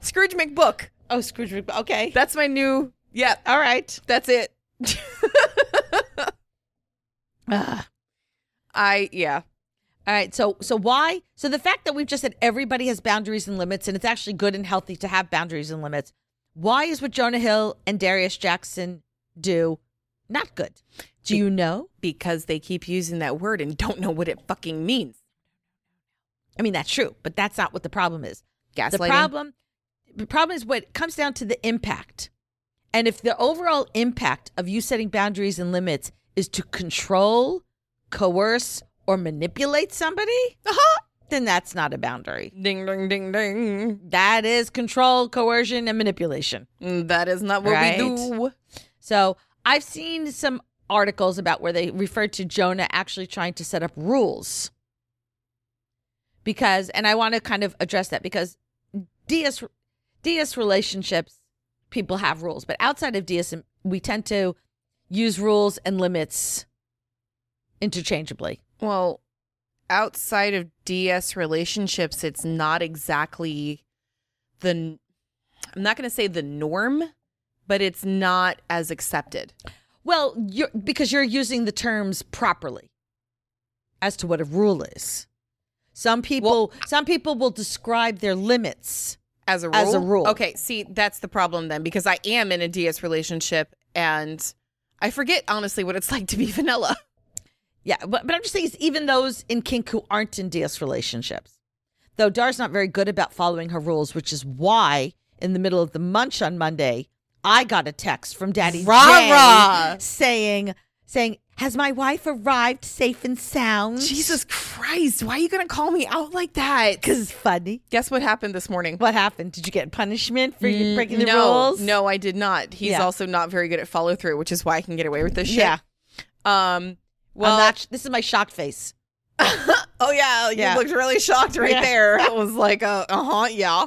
B: Scrooge McBook.
C: Oh, Scrooge McDuck. Okay.
B: That's my new yeah,
C: All right.
B: that's it. [laughs]
C: Ah.
B: I yeah.
C: All right. So, so why? So the fact that we've just said everybody has boundaries and limits, and it's actually good and healthy to have boundaries and limits. Why is what Jonah Hill and Darius Jackson do not good? Do you know?
B: Because they keep using that word and don't know what it fucking means.
C: I mean, that's true, but that's not what the problem is.
B: Gaslighting.
C: the problem the problem is what comes down to the impact and if the overall impact of you setting boundaries and limits is to control coerce or manipulate somebody then that's not a boundary
B: Ding, ding, ding, ding.
C: that is control coercion and manipulation
B: That is not what
C: Right.
B: we do.
C: so i've seen some articles about where they refer to jonah actually trying to set up rules because and i want to kind of address that because DS DS relationships, people have rules, but outside of DS, we tend to use rules and limits interchangeably.
B: Well, outside of DS relationships, it's not exactly the, I'm not going to say the norm, but it's not as accepted.
C: Well, you're, because you're using the terms properly as to what a rule is. Some people, some people will describe their limits.
B: As a rule?
C: As a rule.
B: Okay, see, that's the problem then, because I am in a DS relationship and I forget, honestly, what it's [laughs] like to be vanilla.
C: Yeah, but, but I'm just saying it's even those in kink who aren't in DS relationships. Though Dar's not very good about following her rules, which is why in the middle of the munch on Monday, I got a text from Daddy Jay
B: Rah-rah.
C: saying saying, Has my wife arrived safe and sound?
B: Jesus Christ, why are you going to call me out like that?
C: This is funny.
B: Guess what happened this morning?
C: What happened? Did you get punishment for you breaking the
B: Mm, no,
C: rules?
B: No, I did not. He's
C: Yeah.
B: also not very good at follow through, which is why I can get away with this shit.
C: Yeah.
B: Um.
C: Well,
B: Well.
C: this is my shock face.
B: oh yeah, you
C: Yeah.
B: looked really shocked right
C: Yeah. [laughs]
B: there. I was like, uh huh, yeah.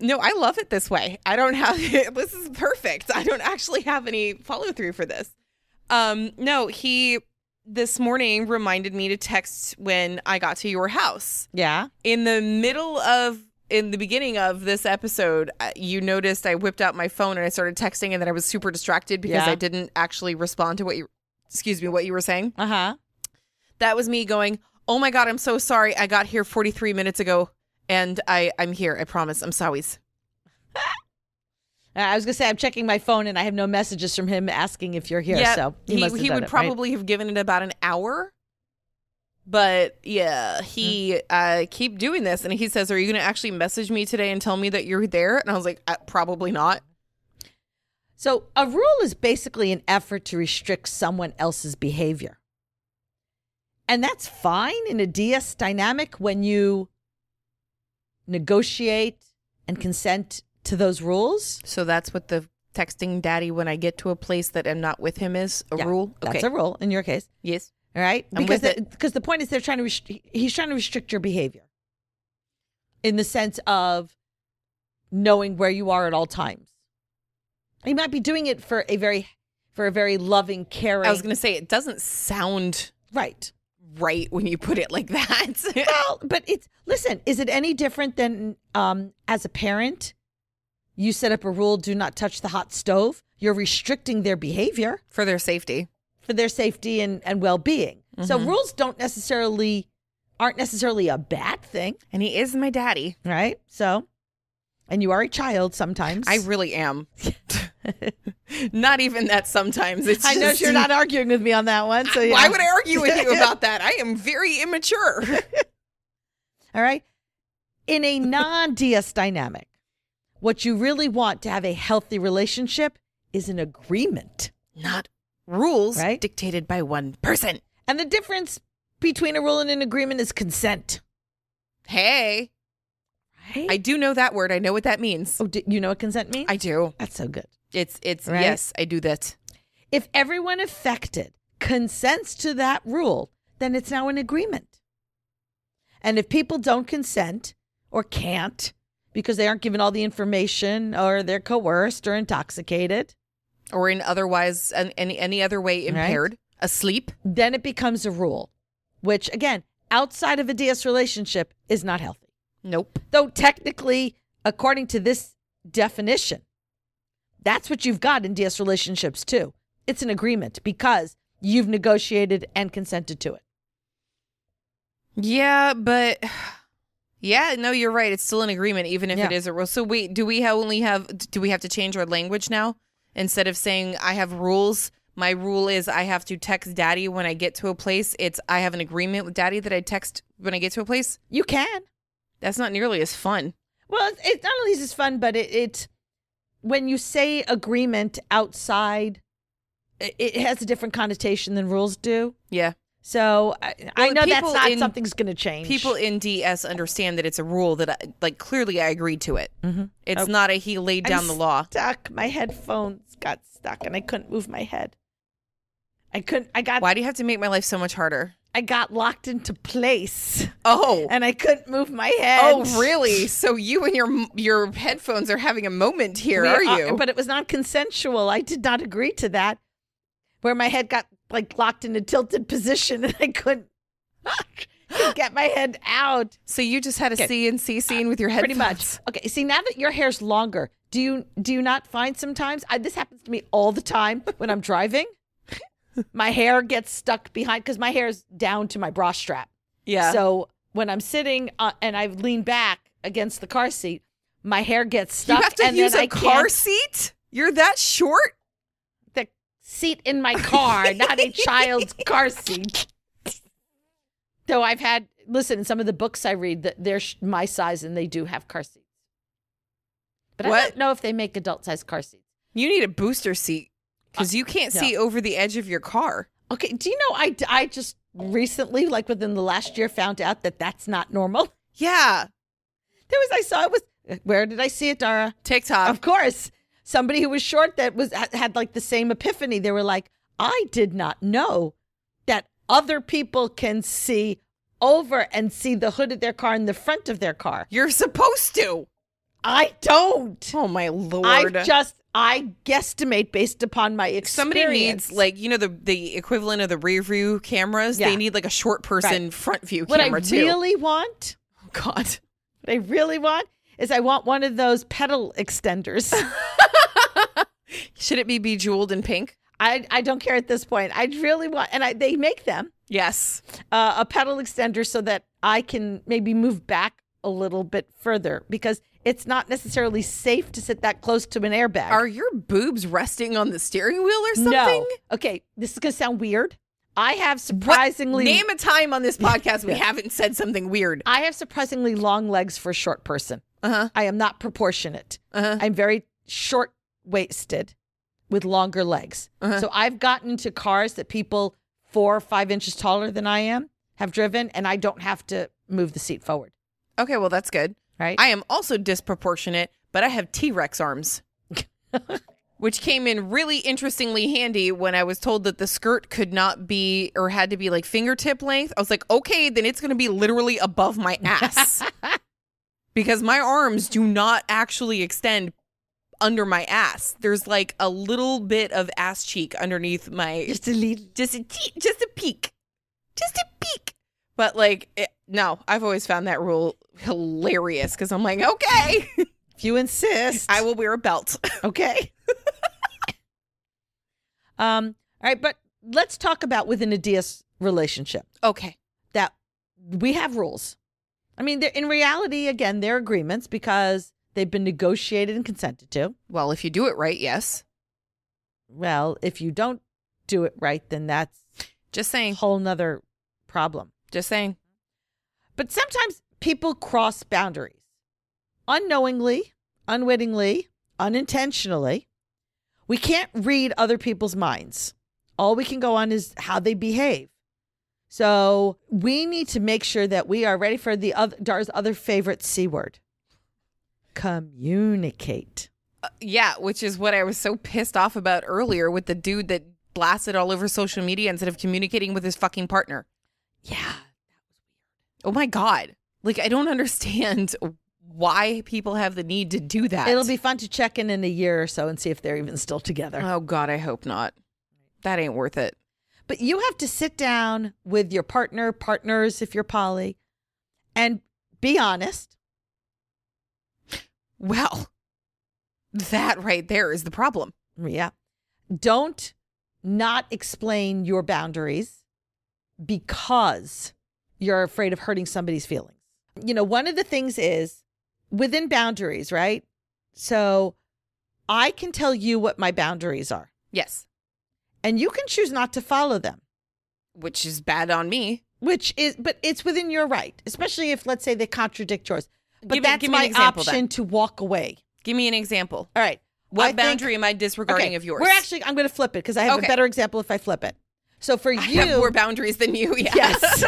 B: No, I love it this way. I don't have [laughs] this is perfect. I don't actually have any follow through for this. Um. No, he this morning reminded me to text when I got to your house
C: Yeah.
B: in the middle of in the beginning of this episode uh, you noticed i whipped out my phone and i started texting and then i was super distracted because
C: Yeah.
B: i didn't actually respond to what you excuse me what you were saying
C: Uh-huh.
B: that was me going oh my god i'm so sorry i got here 43 minutes ago and i i'm here i promise i'm sorry
C: Uh, I was gonna say I'm checking my phone and I have no messages from him asking if you're here. so
B: he,
C: must have
B: he
C: done
B: would
C: it, right?
B: probably have given it about an hour but yeah
C: Mm.
B: he uh keep doing this and he says are you gonna actually message me today and tell me that you're there and i was like uh, probably not
C: So, a rule is basically an effort to restrict someone else's behavior. And that's fine in a DS dynamic when you negotiate and consent to those rules.
B: So that's what the texting daddy when I get to a place that I'm not with him is a
C: Yeah,
B: rule.
C: That's a rule in your case.
B: yes.
C: All right.
B: I'm
C: Because
B: with
C: the, because the point is they're trying to restri- he's trying to restrict your behavior in the sense of knowing where you are at all times. He might be doing it for a very for a very loving, caring
B: I was gonna say it doesn't sound
C: right.
B: right when you put it like that. [laughs]
C: Well, but it's listen. Is it any different than um, as a parent? You set up a rule: do not touch the hot stove. You're restricting their behavior
B: For their safety.
C: for their safety and, and well being. So
B: Mm-hmm.
C: rules don't necessarily aren't necessarily a bad thing,
B: And he is my daddy.
C: right? So, and you are a child sometimes.
B: I really am. [laughs] not even that sometimes. It's
C: I know
B: just- [laughs]
C: you're not arguing with me on that one. So yeah.
B: Why would I argue with [laughs] you about that? I am very immature.
C: All right. In a non DS dynamic, what you really want to have a healthy relationship is an agreement.
B: [laughs] not rules
C: Right?
B: dictated by one person.
C: And the difference between a rule and an agreement is consent.
B: Hey,
C: Right?
B: I do know that word. I know what that means.
C: oh, do you know what consent means?
B: I do.
C: That's so good.
B: It's it's
C: Right?
B: yes, I do that.
C: If everyone affected consents to that rule, then it's now an agreement. And if people don't consent or can't because they aren't given all the information or they're coerced or intoxicated,
B: Or in otherwise an, any any other way impaired, asleep.
C: then it becomes a rule, which again, outside of a DS relationship is not healthy.
B: Nope.
C: Though technically, according to this definition, that's what you've got in DS relationships too. It's an agreement because you've negotiated and consented to it.
B: Yeah, but [sighs] yeah, no, you're right. It's still an agreement, even if
C: Yeah.
B: it is a rule. So wait, do we ha- only have? Do we have to change our language now? Instead of saying I have rules, my rule is I have to text daddy when I get to a place. It's I have an agreement with daddy that I text when I get to a place.
C: You can.
B: That's not nearly as fun.
C: Well, it's, it's not only is it fun, but it, it when you say agreement outside, it, it has a different connotation than rules do.
B: Yeah.
C: So I, I
B: Well,
C: know that's
B: people
C: not
B: in-
C: something's going to change.
B: People in DS understand that it's a rule that, I, like, clearly I agreed to it.
C: Mhm.
B: It's not a he laid down
C: I'm
B: the law.
C: Stuck. My headphones got stuck, and I couldn't move my head. I couldn't. I got.
B: Why do you have to make my life so much harder?
C: I got locked into place,
B: Oh.
C: and I couldn't move my head.
B: Oh, really? So you and your your headphones are having a moment here,
C: We
B: are you?
C: But it was not consensual. I did not agree to that. Where my head got like locked in a tilted position, [laughs] and I couldn't, couldn't get my head out.
B: so you just had a C and C scene with your headphones.
C: Pretty much. Okay. See, now that your hair's longer, do you do you not find sometimes? I, this happens to me all the time when I'm driving. [laughs] my hair gets stuck behind because my hair's down to my bra strap.
B: Yeah.
C: So when I'm sitting uh, and I've leaned back against the car seat, my hair gets
B: you
C: stuck.
B: have to
C: and
B: use
C: then
B: a
C: I
B: car
C: can't-
B: seat. You're that short.
C: the seat in my car, not a [laughs] child's car seat. Though I've had listen in some of the books I read that they're sh- my size and they do have car seats. But I
B: What?
C: don't know if they make adult size car seats.
B: You need a booster seat because you can't
C: no.
B: see over the edge of your car.
C: Okay, do you know I I just recently like within the last year found out that that's not normal. [laughs]
B: Yeah.
C: There was I saw it was where did I see it, Dara?
B: TikTok.
C: of course somebody who was short that was had- had like the same epiphany they were like i did not know that other people can see over and see the hood of their car and the front of their car
B: You're supposed to.
C: i don't
B: Oh my lord.
C: i just i guesstimate based upon my experience
B: Somebody needs like you know the the equivalent of the rear view cameras.
C: Yeah.
B: They need like a short person front view
C: what i
B: camera too.
C: really want
B: Oh, God.
C: what i really want is i want one of those pedal
B: [laughs]
C: extenders
B: Should it be bejeweled in pink?
C: I, I don't care at this point i really want and I, they make them
B: Yes.
C: uh, a pedal extender so that I can maybe move back a little bit further because it's not necessarily safe to sit that close to an airbag.
B: Are your boobs resting on the steering wheel or something?
C: no. Okay, this is going to sound weird. I have surprisingly
B: Name a time on
C: [laughs]
B: this podcast we haven't said something weird.
C: I have surprisingly long legs for a short person.
B: Uh-huh.
C: I am not proportionate.
B: Uh-huh.
C: I'm very short waisted with longer legs.
B: Uh-huh.
C: So I've gotten to cars that people four or five inches taller than I am have driven, and I don't have to move the seat forward.
B: Okay, well that's good.
C: Right?
B: I am also disproportionate, but I have T-Rex arms. [laughs] Which came in really interestingly handy when I was told that the skirt could not be or had to be like fingertip length. I was like, okay, then it's going to be literally above my ass. because my arms do not actually extend under my ass. There's like a little bit of ass cheek underneath my
C: just a little.
B: just a te- just a peek, just a peek. But like, it, no, I've always found that rule hilarious because I'm like, okay,
C: If you insist,
B: I will wear a belt. [laughs]
C: Okay. [laughs] um. All right, but let's talk about within a DS relationship
B: okay,
C: that we have rules. I mean, they're, in reality, again, they're agreements because They've been negotiated and consented to.
B: Well, if you do it right, yes.
C: Well, if you don't do it right, then that's
B: Just
C: a
B: saying.
C: whole nother problem.
B: Just saying.
C: But sometimes people cross boundaries unknowingly, unwittingly, unintentionally. We can't read other people's minds. All we can go on is how they behave. So we need to make sure that we are ready for the other, Dar's other favorite C word communicate.
B: Uh, Yeah, which is what I was so pissed off about earlier with the dude that blasted all over social media instead of communicating with his fucking partner.
C: Yeah.
B: Oh my God. Like, I don't [laughs] understand why people have the need to do that.
C: It'll be fun to check in in a year or so and see if they're even still together.
B: Oh God, I hope not. That ain't worth it.
C: But you have to sit down with your partner, partners, if you're poly, and be honest.
B: Well, [laughs] that right there is the problem.
C: Yeah. Don't not explain your boundaries because you're afraid of hurting somebody's feelings. You know, one of the things is within boundaries, right? So I can tell you what my boundaries are,
B: Yes,
C: and you can choose not to follow them.
B: which is bad on me.
C: which is but it's within your right especially if let's say they contradict yours but
B: Give me-
C: that's
B: give me an
C: my
B: example
C: option
B: then.
C: to walk away
B: Give me an example.
C: all right
B: What
C: I think-
B: boundary am I disregarding
C: okay,
B: of yours?
C: we're actually i'm going to flip it because i have
B: Okay.
C: a better example if i flip it so
B: [laughs]
C: for
B: I
C: you
B: have
C: [laughs]
B: more boundaries than you. Yeah.
C: yes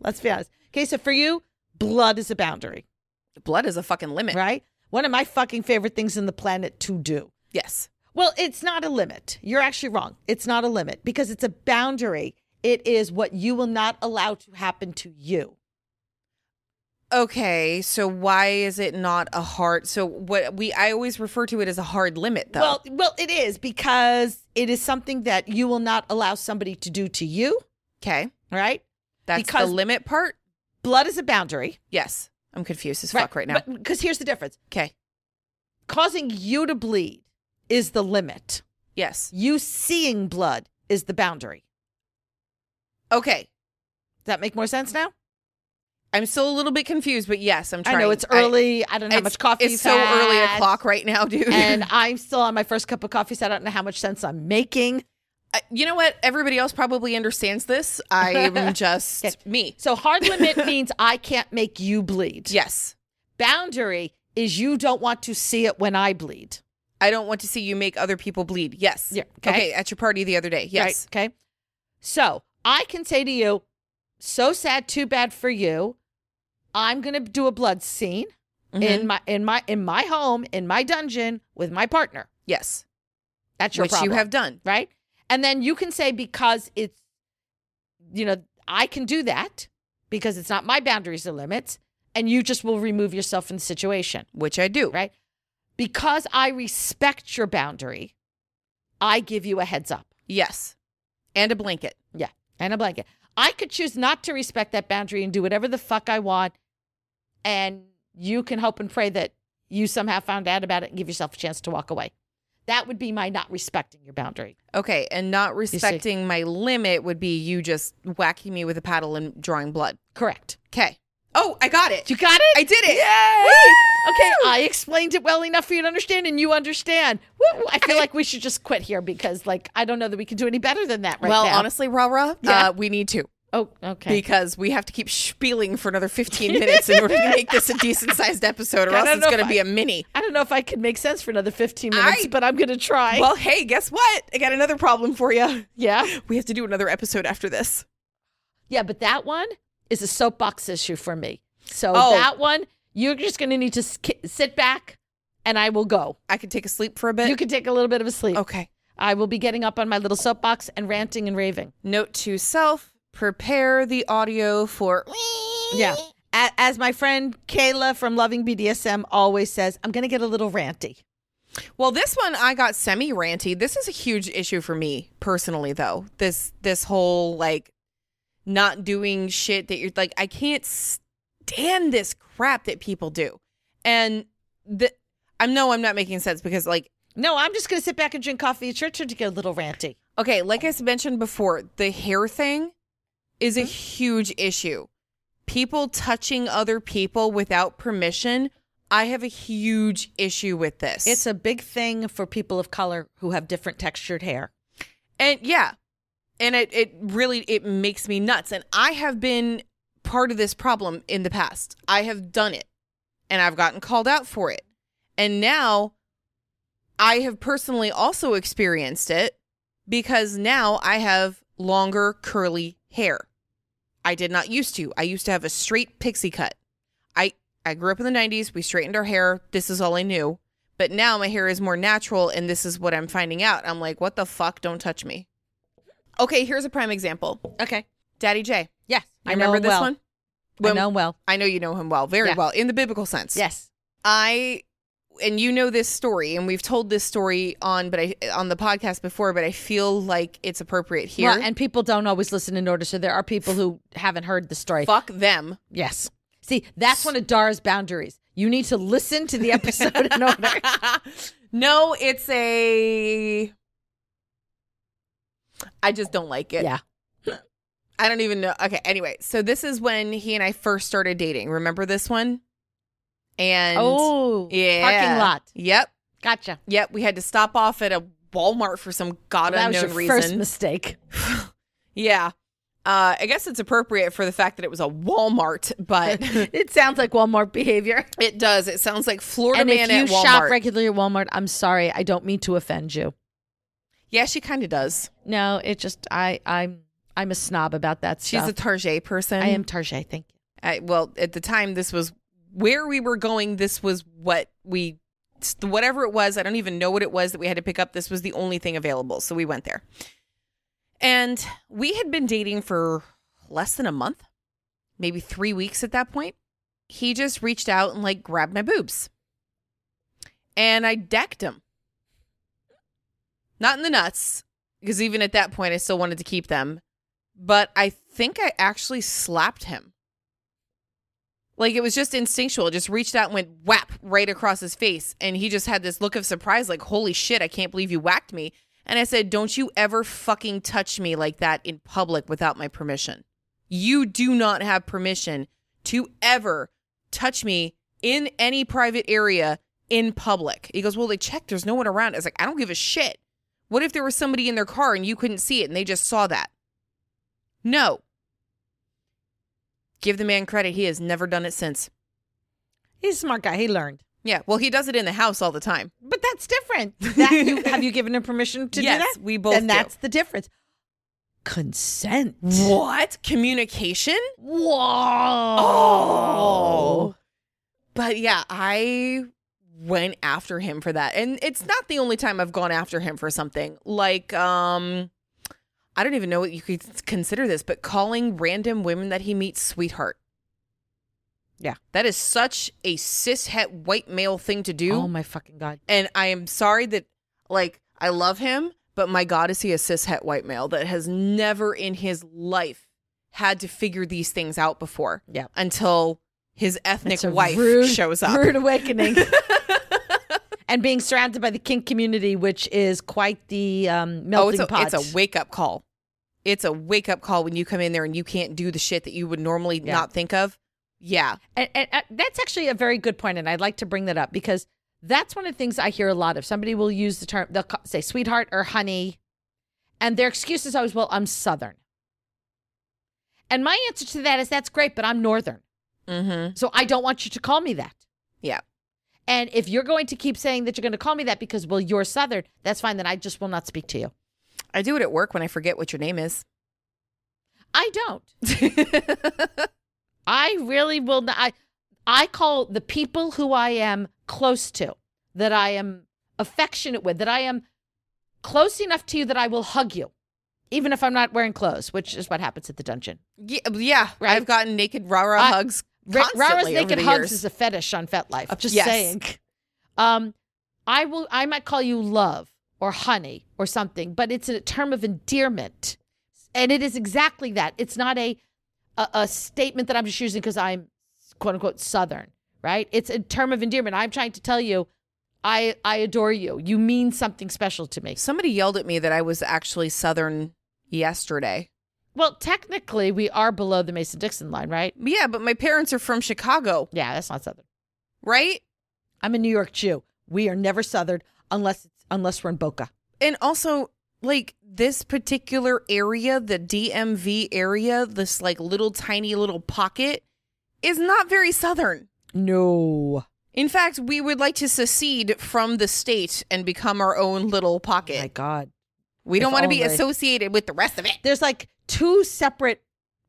C: let's be honest okay so for you blood is a boundary
B: [laughs] Blood is a fucking limit.
C: right one of my fucking favorite things in the planet to do
B: Yes.
C: well it's not a limit you're actually wrong it's not a limit because it's a boundary it is what you will not allow to happen to you
B: Okay, so why is it not a hard? So what we I always refer to it as a hard limit, though.
C: Well, well, it is because it is something that you will not allow somebody to do to you,
B: okay,
C: right?
B: that's
C: because-
B: the limit part.
C: Blood is a boundary.
B: Yes, I'm confused as fuck right now.
C: Because here's the difference
B: okay,
C: causing you to bleed is the limit,
B: yes,
C: you seeing blood is the boundary.
B: okay.
C: Does that make more sense now?
B: I'm still a little bit confused, but yes, I'm trying.
C: I know it's early. I, don't know how
B: it's-
C: much coffee
B: It's
C: you've
B: so early
C: had,
B: o'clock [laughs] right now, dude.
C: [laughs] and I'm still on my first cup of coffee, so I don't know how much sense I'm making.
B: I- you know what? Everybody else probably understands this. I am just
C: Okay.
B: me.
C: So hard limit
B: [laughs]
C: means I can't make you bleed.
B: Yes,
C: Boundary is you don't want to see it when I bleed.
B: I don't want to see you make other people bleed. Yes.
C: Yeah,
B: Okay.
C: okay.
B: at your party the other day. Yes.
C: Right, okay. So I can say to you, so sad, too bad for you. I'm gonna do a blood scene
B: Mm-hmm.
C: in my in my in my home in my dungeon with my partner.
B: yes.
C: That's your
B: Which
C: problem,
B: you have done.
C: right? And then you can say because it's, you know, I can do that because it's not my boundaries or limits, and you just will remove yourself from the situation,
B: Which I do.
C: right? Because I respect your boundary, I give you a heads up.
B: Yes. And a blanket.
C: Yeah, and a blanket. I could choose not to respect that boundary and do whatever the fuck I want. And you can hope and pray that you somehow found out about it and give yourself a chance to walk away. That would be my not respecting your boundary.
B: Okay. And not respecting my limit would be you just whacking me with a paddle and drawing blood.
C: Correct.
B: Okay. Oh, I got it.
C: You got it?
B: I did it.
C: Woo!
B: Yay!
C: Okay, I explained it well enough for you to understand, and you understand. Woo! I feel like we should just quit here because, like, I don't know that we can do any better than that right
B: well,
C: now.
B: honestly, rah rah,
C: Yeah.
B: uh, we need to.
C: oh, okay.
B: because we have to keep spieling for another 15 minutes in order to make this a decent sized episode, or
C: God, I
B: else
C: don't
B: it's
C: know
B: going to
C: if
B: be a mini.
C: I don't know if I could make sense for another fifteen minutes,
B: I-
C: but I'm gonna try.
B: Well, hey, guess what? I got another problem for you.
C: yeah,
B: We have to do another episode after this.
C: Yeah, but that one is a soapbox issue for me. So
B: Oh.
C: that one, you're just going to need to sk- sit back and I will go.
B: I could take a sleep for a bit.
C: You can take a little bit of a sleep.
B: okay.
C: I will be getting up on my little soapbox and ranting and raving.
B: Note to self prepare the audio for.
C: Yeah. A- As my friend Kayla from Loving BDSM always says, I'm going to get a little ranty.
B: Well, this one I got semi ranty. This is a huge issue for me personally, though. This this whole like not doing shit that you're like I can't stand this crap that people do, and the I know I'm not making sense because like
C: No, I'm just going to sit back and drink coffee at your turn to get a little ranty.
B: okay, like I mentioned before, the hair thing is a huge issue. People touching other people without permission I have a huge issue with this.
C: It's a big thing for people of color who have different textured hair.
B: And yeah. And it it really it makes me nuts. And I have been part of this problem in the past. I have done it. And I've gotten called out for it. And now I have personally also experienced it because now I have longer curly hair. I did not used to. I used to have a straight pixie cut. I I grew up in the 90s, we straightened our hair. This is all I knew. But now my hair is more natural and this is what I'm finding out. I'm like, "What the fuck? Don't touch me." Okay, here's a prime example.
C: Okay.
B: Daddy J.
C: Yes.
B: You remember
C: him
B: this
C: well.
B: one?
C: I
B: When-
C: know him well.
B: I know you know him well, very
C: Yeah.
B: well, in the biblical sense.
C: Yes.
B: I and you know this story, and we've told this story on, but I on the podcast before, but I feel like it's appropriate here.
C: Well, and people don't always listen in order, so there are people who haven't heard the story.
B: Fuck them.
C: Yes. See, that's one of Dara's boundaries. You need to listen to the episode in order.
B: no, it's a. I just don't like it.
C: Yeah.
B: I don't even know. Okay. Anyway, so this is when he and I first started dating. Remember this one? And
C: oh,
B: yeah,
C: parking lot.
B: Yep.
C: Gotcha.
B: Yep, we had to stop off at a Walmart for some god
C: that was
B: unknown
C: your first
B: reason.
C: mistake.
B: yeah. Uh, I guess it's appropriate for the fact that it was a Walmart,
C: [laughs]
B: but
C: It sounds like Walmart behavior.
B: it does. It sounds like Florida
C: and
B: man
C: if you
B: at Walmart.
C: shop regularly at Walmart, I'm sorry, I don't mean to offend you.
B: yeah, she kind of does.
C: No, it just I I'm I'm a snob about that
B: She's
C: stuff.
B: a Target person.
C: I am Tarjay. Thank you.
B: I, well, at the time, this was where we were going. This was what we, whatever it was, I don't even know what it was that we had to pick up. This was the only thing available. So we went there. And we had been dating for less than a month, maybe three weeks at that point. He just reached out and like grabbed my boobs. And I decked him. Not in the nuts, because even at that point, I still wanted to keep them. But I think I actually slapped him. Like it was just instinctual. It just reached out and went whap right across his face. And he just had this look of surprise, like, holy shit, I can't believe you whacked me. And I said, don't you ever fucking touch me like that in public without my permission. You do not have permission to ever touch me in any private area in public. He goes, well, they checked. There's no one around. I was like, I don't give a shit. What if there was somebody in their car and you couldn't see it and they just saw that? No. Give the man credit. He has never done it since.
C: He's a smart guy. He learned.
B: Yeah. Well, he does it in the house all the time.
C: But
B: [laughs]
C: that's different. That you, have you given him permission to
B: Yes,
C: do that?
B: we both
C: And
B: do.
C: that's the difference. Consent.
B: What? Communication?
C: Whoa.
B: But yeah, I went after him for that. And it's not the only time I've gone after him for something. Like, um, I don't even know what you could consider this, but calling random women that he meets sweetheart.
C: Yeah.
B: That is such a cishet white male thing to do.
C: Oh my fucking god.
B: And I am sorry that, like, I love him, but my God, is he a cishet white male that has never in his life had to figure these things out before?
C: Yeah.
B: Until his ethnic
C: It's a
B: wife
C: rude-
B: shows up.
C: Rude
B: [laughs]
C: awakening. and being surrounded by the kink community, which is quite the um,
B: Oh, it's
C: melting
B: a,
C: pot.
B: it's a wake up call. It's a wake up call when you come in there and you can't do the shit that you would normally
C: Yeah.
B: not think of. Yeah.
C: and, and, and that's actually a very good point, and I'd like to bring that up because that's one of the things I hear a lot of. Somebody will use the term, they'll ca- say sweetheart or honey, and their excuse is always, well, I'm Southern. And my answer to that is, that's great, but I'm Northern.
B: Mm-hmm.
C: So I don't want you to call me that.
B: Yeah.
C: And if you're going to keep saying that you're going to call me that because, well, you're Southern, that's fine, then I just will not speak to you.
B: I do it at work when I forget what your name is.
C: I don't. [laughs] I really will not. I, I call the people who I am close to, that I am affectionate with, that I am close enough to you that I will hug you, even if I'm not wearing clothes, which is what happens at the dungeon.
B: yeah. yeah.
C: Right.
B: I've gotten naked rah-rah
C: I-
B: hugs
C: Ra-
B: constantly
C: Rara's
B: over
C: naked
B: the
C: hugs
B: years.
C: is a fetish on FetLife. I'm just
B: yes.
C: saying. Um, I will. I might call you love or honey or something, but it's a term of endearment, and it is exactly that. It's not a a, a statement that I'm just using because I'm quote unquote Southern, right? It's a term of endearment. I'm trying to tell you, I I adore you. You mean something special to me.
B: Somebody yelled at me that I was actually Southern yesterday.
C: Well, technically, we are below the Mason Dixon line, right?
B: Yeah, but my parents are from Chicago,
C: Yeah, that's not Southern.
B: right?
C: I'm a New York Jew. We are never Southern unless unless we're in Boca.
B: And also, like this particular area, the DMV area, this like little tiny little pocket is not very southern.
C: No.
B: In fact, we would like to secede from the state and become our own little
C: Oh my
B: pocket.
C: God.
B: we don't
C: if
B: want to be
C: only.
B: associated with the rest of it.
C: There's like two separate.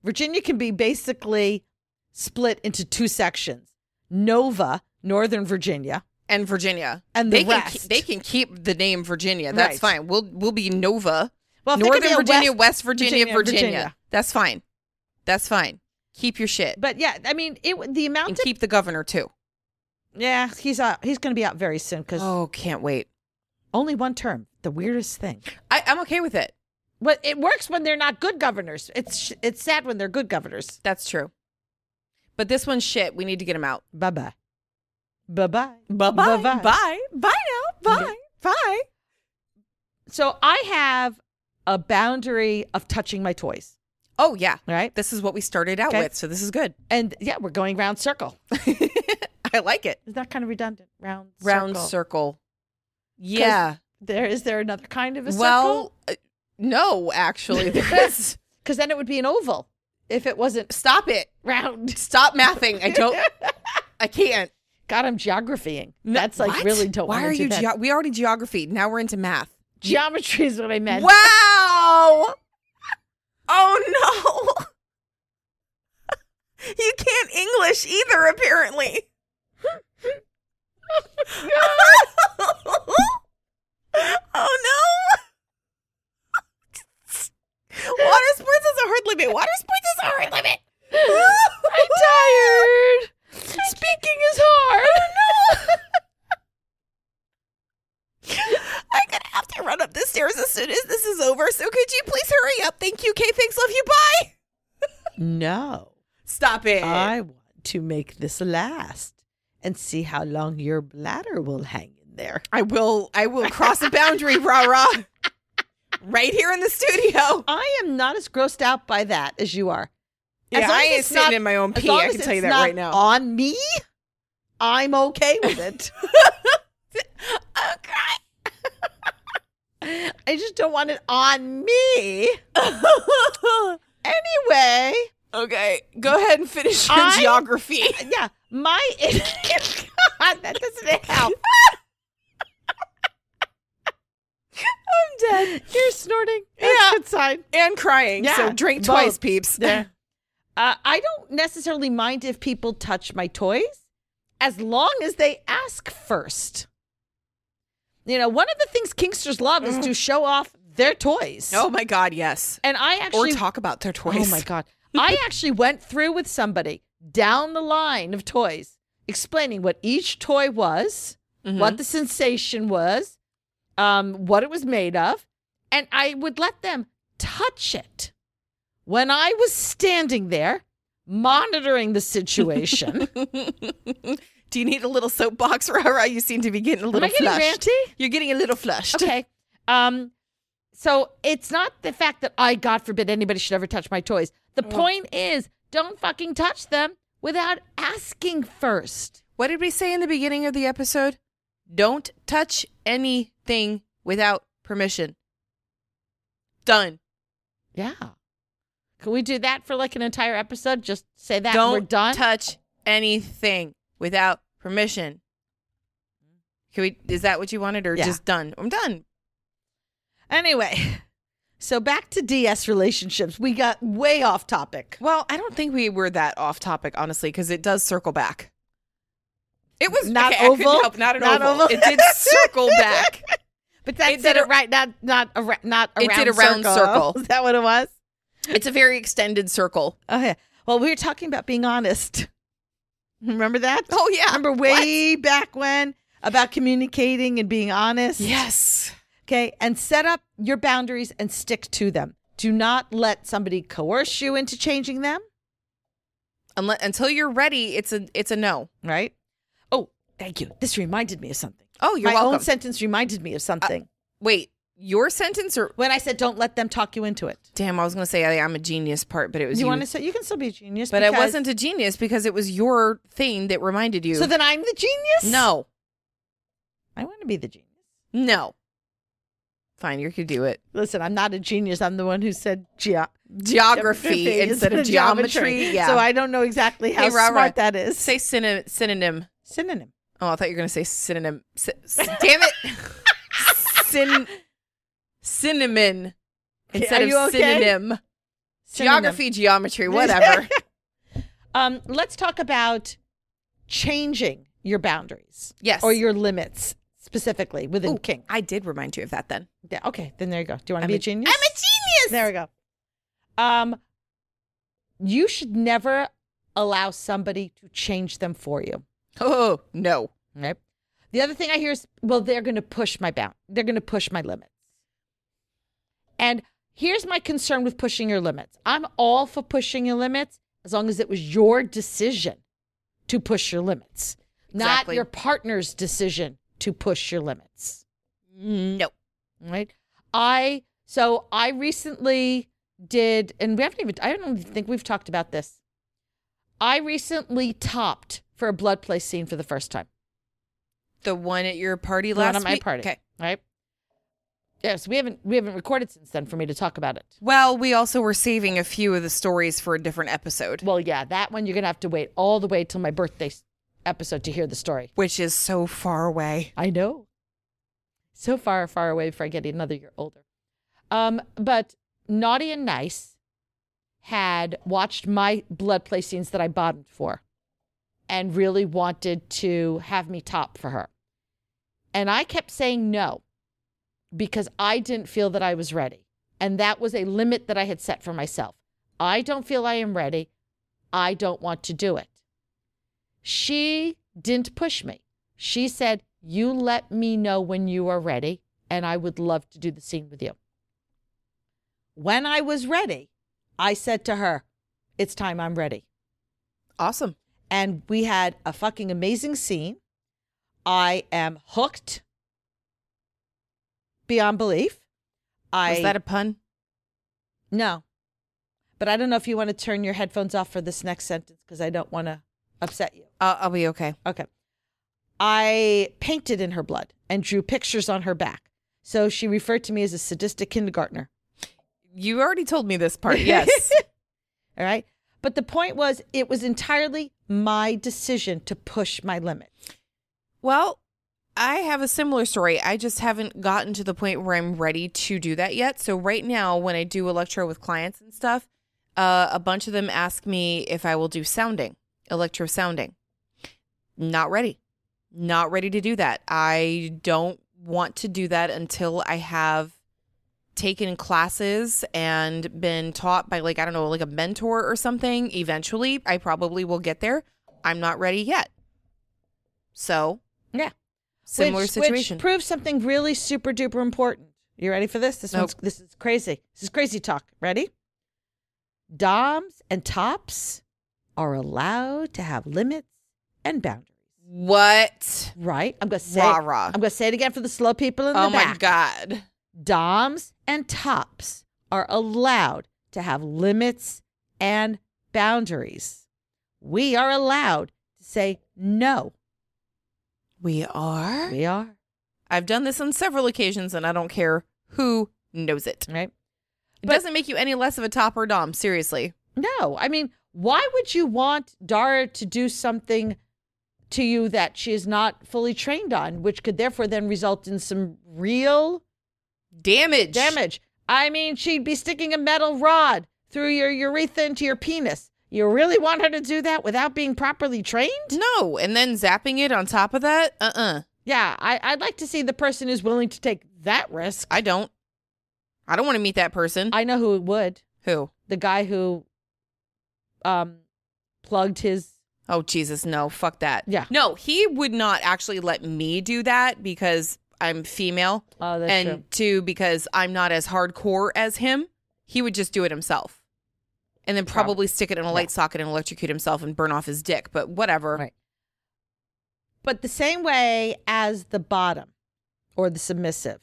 C: Virginia can be basically split into two sections: Nova, Northern Virginia,
B: And Virginia.
C: and the
B: They can,
C: rest.
B: ke- they can keep the name Virginia. That's
C: Right.
B: fine. We'll we'll be Nova.
C: well, if they could
B: Northern
C: be a
B: Virginia,
C: West-
B: West Virginia,
C: Virginia,
B: Virginia,
C: Virginia.
B: That's fine. That's fine. Keep your shit.
C: But yeah, I mean, it the amount
B: And
C: of
B: keep the governor too.
C: yeah, he's out. He's going to be out very soon because
B: Oh, can't wait.
C: only one term. The weirdest thing.
B: I, I'm okay with it.
C: But it works when they're not good governors. It's it's sad when they're good governors.
B: That's true. But this one's shit. We need to get him out.
C: Bye bye. Bye bye.
B: Bye. Bye. Bye now. Bye. Bye.
C: So I have a boundary of touching my toys,
B: Oh yeah.
C: right?
B: This is what we started out
C: Okay.
B: with, so this is good.
C: And yeah, we're going round circle.
B: I like it.
C: Is that kind of redundant? Round
B: Round circle. Yeah.
C: There is there another kind of a circle?
B: Well, uh, no,
C: [laughs]
B: actually, there is.
C: Because then it would be an oval if it wasn't
B: Stop it.
C: round.
B: Stop mathing. I don't. I can't.
C: [laughs] God, I'm geographying. That's like
B: What?
C: really don't.
B: Why
C: wanna
B: are
C: do
B: you?
C: that.
B: Geo- we already geography. Now we're into math.
C: geometry is what I meant.
B: Wow. Oh no. [laughs] You can't English either, apparently. [laughs] oh no. [laughs] Water sports is a hard limit. Water sports is a hard limit. I'm tired. Speaking is hard. Oh no. I'm gonna have to run up the stairs as soon as this is over. So could you please hurry up? Thank you, Kay. Thanks, love you. Bye.
C: [laughs] No.
B: Stop it.
C: I want to make this last and see how long your bladder will hang in there.
B: I will. I will cross a boundary, rah rah. Right here in the studio.
C: I am not as grossed out by that as you are. As
B: Yeah,
C: long
B: I
C: as
B: ain't
C: it's
B: sitting
C: not-
B: in my own
C: as
B: pee.
C: long
B: I
C: as
B: can tell you
C: it's
B: that
C: not
B: right now.
C: On me, I'm okay with [laughs] it. [laughs] I just don't want it on [laughs] me. Anyway,
B: okay, go ahead and finish your
C: I-
B: geography.
C: yeah, my [laughs] God, that doesn't help. I'm dead. You're snorting. That's
B: Yeah.
C: a good sign.
B: [laughs] and crying. so
C: Yeah,
B: drink
C: both.
B: twice, peeps.
C: Yeah. Uh, I don't necessarily mind if people touch my toys as long as they ask first. You know, one of the things Kingsters love is to show off their toys.
B: [laughs] Oh my God, yes.
C: And I actually
B: or talk about their toys.
C: Oh my god. I actually went through with somebody down the line of toys explaining what each toy was, what the sensation was, um, what it was made of, and I would let them touch it. When I was standing there monitoring the situation,
B: Do you need a little soapbox, [laughs] rah rah? You seem to be getting a
C: am
B: little
C: I getting
B: flushed.
C: ranty?
B: You're getting a little flushed.
C: Okay. Um, so it's not the fact that I, God forbid, anybody should ever touch my toys. The point is, don't fucking touch them without asking first.
B: What did we say in the beginning of the episode? Don't touch anything without permission. Done.
C: Yeah. Can we do that for like an entire episode? Just say that
B: Don't
C: we're done.
B: touch anything without permission. Can we? Is that what you wanted, or
C: Yeah.
B: just done? I'm done.
C: anyway, [laughs] so back to DS relationships. We got way off topic.
B: Well, I don't think we were that off topic, honestly, because it does circle back. It was
C: Not
B: okay, I couldn't
C: oval?
B: help- not an
C: Not
B: oval.
C: oval?
B: It
C: [laughs]
B: did circle back.
C: But that
B: It
C: said
B: did
C: it
B: a-
C: right, not not a ra- not a
B: It
C: round
B: did a round circle.
C: [laughs] Is that what it was?
B: It's a very extended circle.
C: Oh yeah. Well, we were talking about being honest. [laughs] Remember that?
B: Oh yeah,
C: remember way back when about communicating and being honest.
B: yes.
C: Okay. And set up your boundaries and stick to them. Do not let somebody coerce you into changing them.
B: Unless, until you're ready, it's a it's a no.
C: Right. Oh, thank you. This reminded me of something.
B: Oh, you're
C: My
B: welcome.
C: own sentence reminded me of something
B: Wait, your sentence or
C: Uh, when I said, don't let them talk you into it.
B: damn? I was gonna say I, I'm a genius part, but it was
C: You
B: you.
C: want to say, you can still be a genius.
B: but I
C: because-
B: wasn't a genius because it was your thing that reminded you.
C: So then I'm the genius?
B: no,
C: I want to be the genius.
B: No. Fine, you could do it.
C: Listen, I'm not a genius. I'm the one who said geo-
B: Geography instead of geometry. Yeah.
C: So I don't know exactly how
B: Hey, Ra-Ra.
C: smart that is.
B: say synonym. synonym.
C: synonym.
B: Oh, I thought you were going to say synonym. Sy- s- damn [laughs] it. Sin- cinnamon instead
C: are
B: of
C: you okay?
B: synonym.
C: Synonym.
B: Geography, geometry, [laughs] whatever.
C: [laughs] Um, let's talk about changing your boundaries
B: yes.
C: or your limits specifically within
B: Ooh,
C: kink.
B: I did remind you of that then.
C: Yeah, okay, then there you go. Do you want
B: I'm
C: to be
B: a-
C: a genius?
B: I'm a genius.
C: There we go. Um, you should never allow somebody to change them for you.
B: Oh, no.
C: Right. The other thing I hear is, well, they're going to push my bound. They're going to push my limits. And here's my concern with pushing your limits. I'm all for pushing your limits as long as it was your decision to push your limits,
B: Exactly.
C: not your partner's decision to push your limits.
B: No.
C: Right. I so I recently did, and we haven't even. I don't even think we've talked about this. I recently topped for a blood play scene for the first time.
B: The one at your party
C: Not
B: last
C: at my
B: week?
C: party.
B: Okay.
C: right? Yes, we haven't we haven't recorded since then for me to talk about it.
B: Well, we also were saving a few of the stories for a different episode,
C: Well, yeah, that one you're gonna have to wait all the way till my birthday s- episode to hear the story.
B: which is so far away.
C: I know. So far, far away before I get another year older. Um, but Naughty and Nice had watched my blood play scenes that I bottomed for and really wanted to have me top for her. And I kept saying no because I didn't feel that I was ready. And that was a limit that I had set for myself. I don't feel I am ready. I don't want to do it. She didn't push me. She said, You let me know when you are ready, and I would love to do the scene with you. When I was ready, I said to her, It's time I'm ready.
B: Awesome.
C: And we had a fucking amazing scene. I am hooked beyond belief. I
B: Was that a pun?
C: no. But I don't know if you want to turn your headphones off for this next sentence because I don't want to upset you.
B: Uh, I'll be okay.
C: Okay. I painted in her blood and drew pictures on her back. So she referred to me as a sadistic kindergartner.
B: You already told me this [laughs] part. Yes.
C: All right. But the point was, it was entirely my decision to push my limit.
B: well, I have a similar story. I just haven't gotten to the point where I'm ready to do that yet. So right now, when I do electro with clients and stuff, uh, a bunch of them ask me if I will do sounding, electro sounding. Not ready. Not ready to do that. I don't want to do that until I have taken classes and been taught by like I don't know, like a mentor or something. Eventually, I probably will get there. I'm not ready yet. So,
C: Yeah.
B: similar
C: which,
B: situation.
C: Which proves something really super duper important. You ready for this? This
B: Nope.
C: one's this is crazy. This is crazy talk. Ready? Doms and tops are allowed to have limits and boundaries.
B: what?
C: Right? I'm gonna say
B: Rah rah.
C: I'm gonna say it again for the slow people in
B: Oh
C: the
B: my
C: back.
B: god.
C: Doms and tops are allowed to have limits and boundaries. We are allowed to say no.
B: We are.
C: We are,
B: I've done this on several occasions, and I don't care who knows it.
C: right?
B: It
C: But-
B: doesn't make you any less of a top or dom. Seriously.
C: No. I mean, why would you want Dara to do something to you that she is not fully trained on, which could therefore then result in some real
B: Damage.
C: damage? I mean, she'd be sticking a metal rod through your urethra into your penis. You really want her to do that without being properly trained?
B: No, and then zapping it on top of that. Uh uh
C: Yeah, I, I'd like to see the person who's willing to take that risk.
B: I don't. I don't want to meet that person.
C: I know who it would.
B: who?
C: The guy who um plugged his
B: Oh Jesus, no, fuck that.
C: Yeah.
B: No, he would not actually let me do that because I'm female,
C: Oh, that's
B: and
C: true.
B: two because I'm not as hardcore as him. He would just do it himself, and then
C: Prob-
B: probably stick it in a light socket and electrocute himself and burn off his dick. But whatever.
C: Right. But the same way as the bottom or the submissive.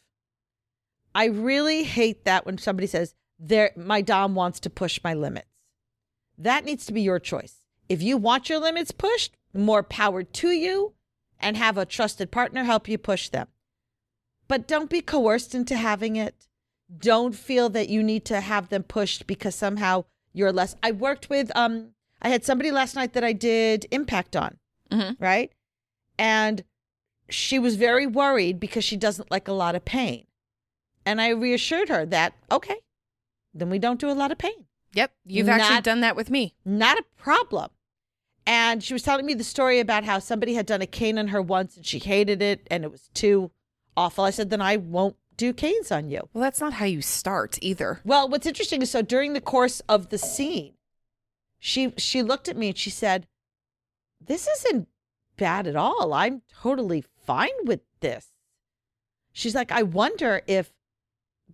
C: I really hate that when somebody says, there my dom wants to push my limits. That needs to be your choice. If you want your limits pushed, more power to you and have a trusted partner help you push them. But don't be coerced into having it. Don't feel that you need to have them pushed because somehow you're less. I worked with um I had somebody last night that I did impact on,
B: Mhm.
C: right? And she was very worried because she doesn't like a lot of pain. And I reassured her that okay, then we don't do a lot of pain
B: Yep. You've actually
C: Not-
B: done that with me.
C: not a problem. And she was telling me the story about how somebody had done a cane on her once and she hated it and it was too awful. I said, then I won't do canes on you.
B: Well, that's not how you start either.
C: Well, what's interesting is so during the course of the scene, she she looked at me and she said, "This isn't bad at all. I'm totally fine with this." She's like, "I wonder if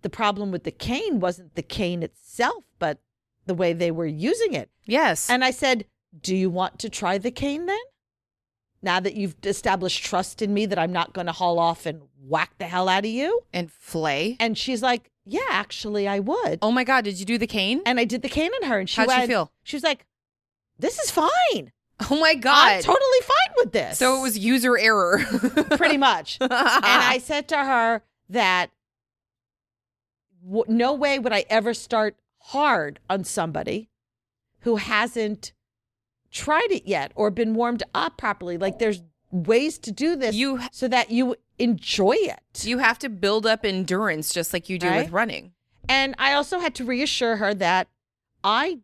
C: the problem with the cane wasn't the cane itself, but the way they were using it."
B: Yes.
C: And I said, Do you want to try the cane then? Now that you've established trust in me that I'm not going to haul off and whack the hell out of you?
B: and flay.
C: And she's like, Yeah, actually, I would.
B: Oh my God, did you do the cane?
C: And I did the cane on her. And she
B: How'd she
C: went,
B: feel?
C: She was like, This is fine.
B: [laughs] Oh my
C: I'm
B: God.
C: totally fine with this.
B: so it was user error. [laughs]
C: pretty much. and I said to her that w- no way would I ever start hard on somebody who hasn't tried it yet or been warmed up properly. Like there's ways to do
B: [laughs]
C: this
B: You-
C: so that you enjoy it.
B: you have to build up endurance just like you do
C: Right?
B: with running.
C: and I also had to reassure her that I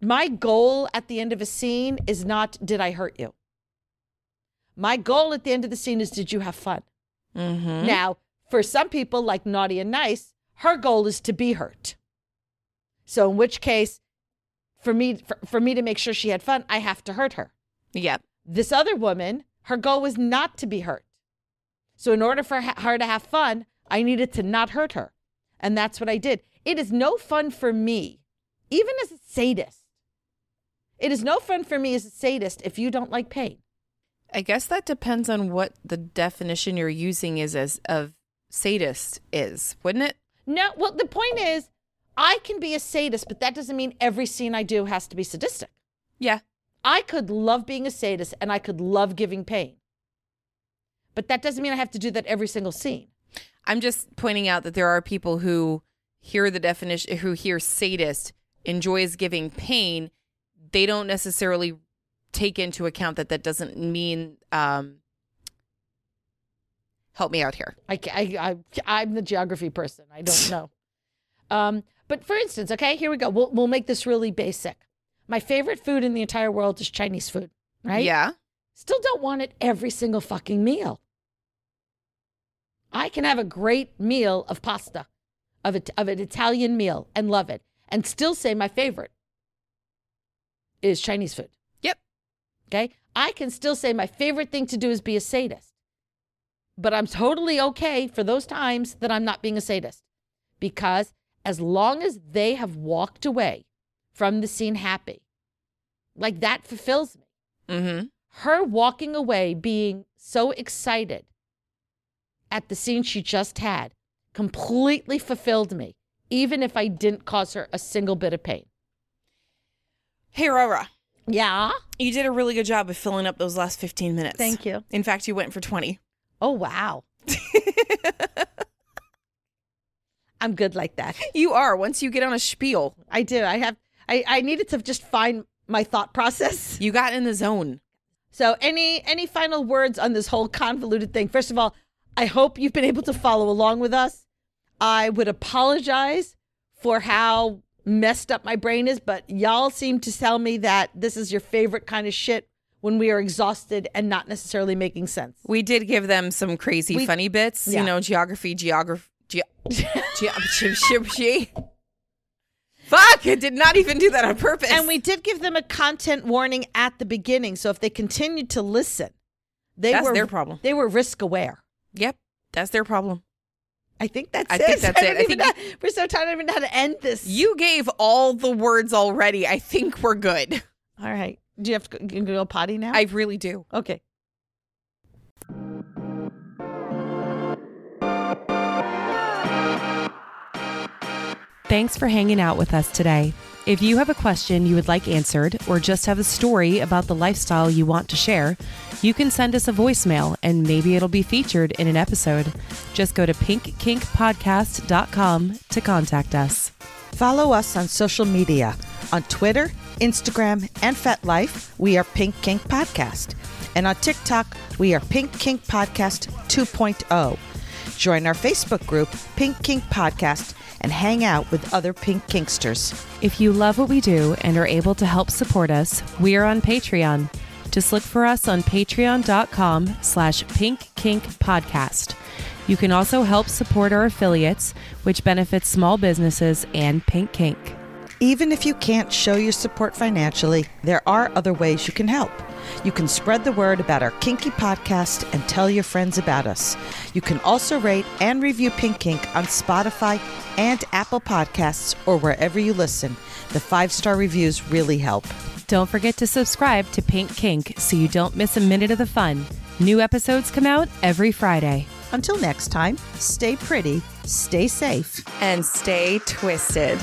C: my goal at the end of a scene is not did I hurt you? My goal at the end of the scene is did you have fun?
B: Mm-hmm.
C: Now, for some people like Naughty and Nice, her goal is to be hurt. So in which case, for me for, for me to make sure she had fun, I have to hurt her.
B: Yep.
C: This other woman, her goal was not to be hurt. So in order for ha- her to have fun, I needed to not hurt her. And that's what I did. It is no fun for me, even as a sadist. It is no fun for me as a sadist if you don't like pain.
B: I guess that depends on what the definition you're using is as of sadist is, wouldn't it?
C: No, well, the point is, I can be a sadist, but that doesn't mean every scene I do has to be sadistic.
B: Yeah.
C: I could love being a sadist and I could love giving pain. But that doesn't mean I have to do that every single scene.
B: I'm just pointing out that there are people who hear the definition, who hear sadist enjoys giving pain. They don't necessarily take into account that that doesn't mean. Um, help me out here.
C: I, ca- I, I, I'm the geography person. I don't know. um, but for instance, okay, here we go. We'll, we'll make this really basic. My favorite food in the entire world is Chinese food, right?
B: Yeah.
C: Still don't want it every single fucking meal. I can have a great meal of pasta, of, it, of an Italian meal, and love it, and still say my favorite is Chinese food.
B: Yep.
C: Okay. I can still say my favorite thing to do is be a sadist, but I'm totally okay for those times that I'm not being a sadist because as long as they have walked away from the scene happy, like that fulfills me
B: Mm-hmm.
C: her walking away being so excited at the scene she just had completely fulfilled me, even if I didn't cause her a single bit of pain.
B: Hey, Rora,
C: Yeah.
B: you did a really good job of filling up those last 15 minutes.
C: you.
B: In fact, you went for 20.
C: Oh, wow. [laughs] I'm good like that.
B: You are once you get on a spiel,
C: I do. I have, I, I needed to just find my thought process.
B: you got in the zone.
C: So any any final words on this whole convoluted thing? First of all, I hope you've been able to follow along with us. I would apologize for how messed up my brain is, but y'all seem to tell me that this is your favorite kind of shit when we are exhausted and not necessarily making sense.
B: We did give them some crazy
C: We-
B: funny bits,
C: Yeah.
B: you know, geography, geography. [laughs] Ge- ge- ge- ge- ge- Fuck! I did not even do that on purpose.
C: And we did give them a content warning at the beginning, so if they continued to listen, they
B: That's
C: were
B: their problem.
C: They were risk aware.
B: Yep, that's their problem.
C: I think that's
B: I
C: it. [laughs]
B: think that's
C: I
B: it.
C: don't
B: I
C: even
B: think-
C: know- we're so tired. I don't even know how to end this.
B: You gave all the words already. I think we're good.
C: All right. Do you have to go, you gonna go potty now?
B: I really do.
C: okay.
B: Thanks for hanging out with us today. If you have a question you would like answered or just have a story about the lifestyle you want to share, you can send us a voicemail and maybe it'll be featured in an episode. Just go to pinkkinkpodcast.com to contact us.
A: Follow us on social media on Twitter, Instagram, and FetLife. We are Pink Kink Podcast. And on TikTok, we are Pink Kink Podcast oh. 2.0. Join our Facebook group, Pink Kink Podcast, and hang out with other Pink Kinksters.
B: If you love what we do and are able to help support us, we are on Patreon. Just look for us on patreon.com slash pink kink podcast. You can also help support our affiliates, which benefits small businesses and Pink Kink.
A: Even if you can't show your support financially, there are other ways you can help. You can spread the word about our Kinky podcast and tell your friends about us. You can also rate and review Pink Kink on Spotify and Apple Podcasts or wherever you listen. The five star reviews really help.
B: Don't forget to subscribe to Pink Kink so you don't miss a minute of the fun. New episodes come out every Friday.
A: Until next time, stay pretty, stay safe.
F: And stay twisted.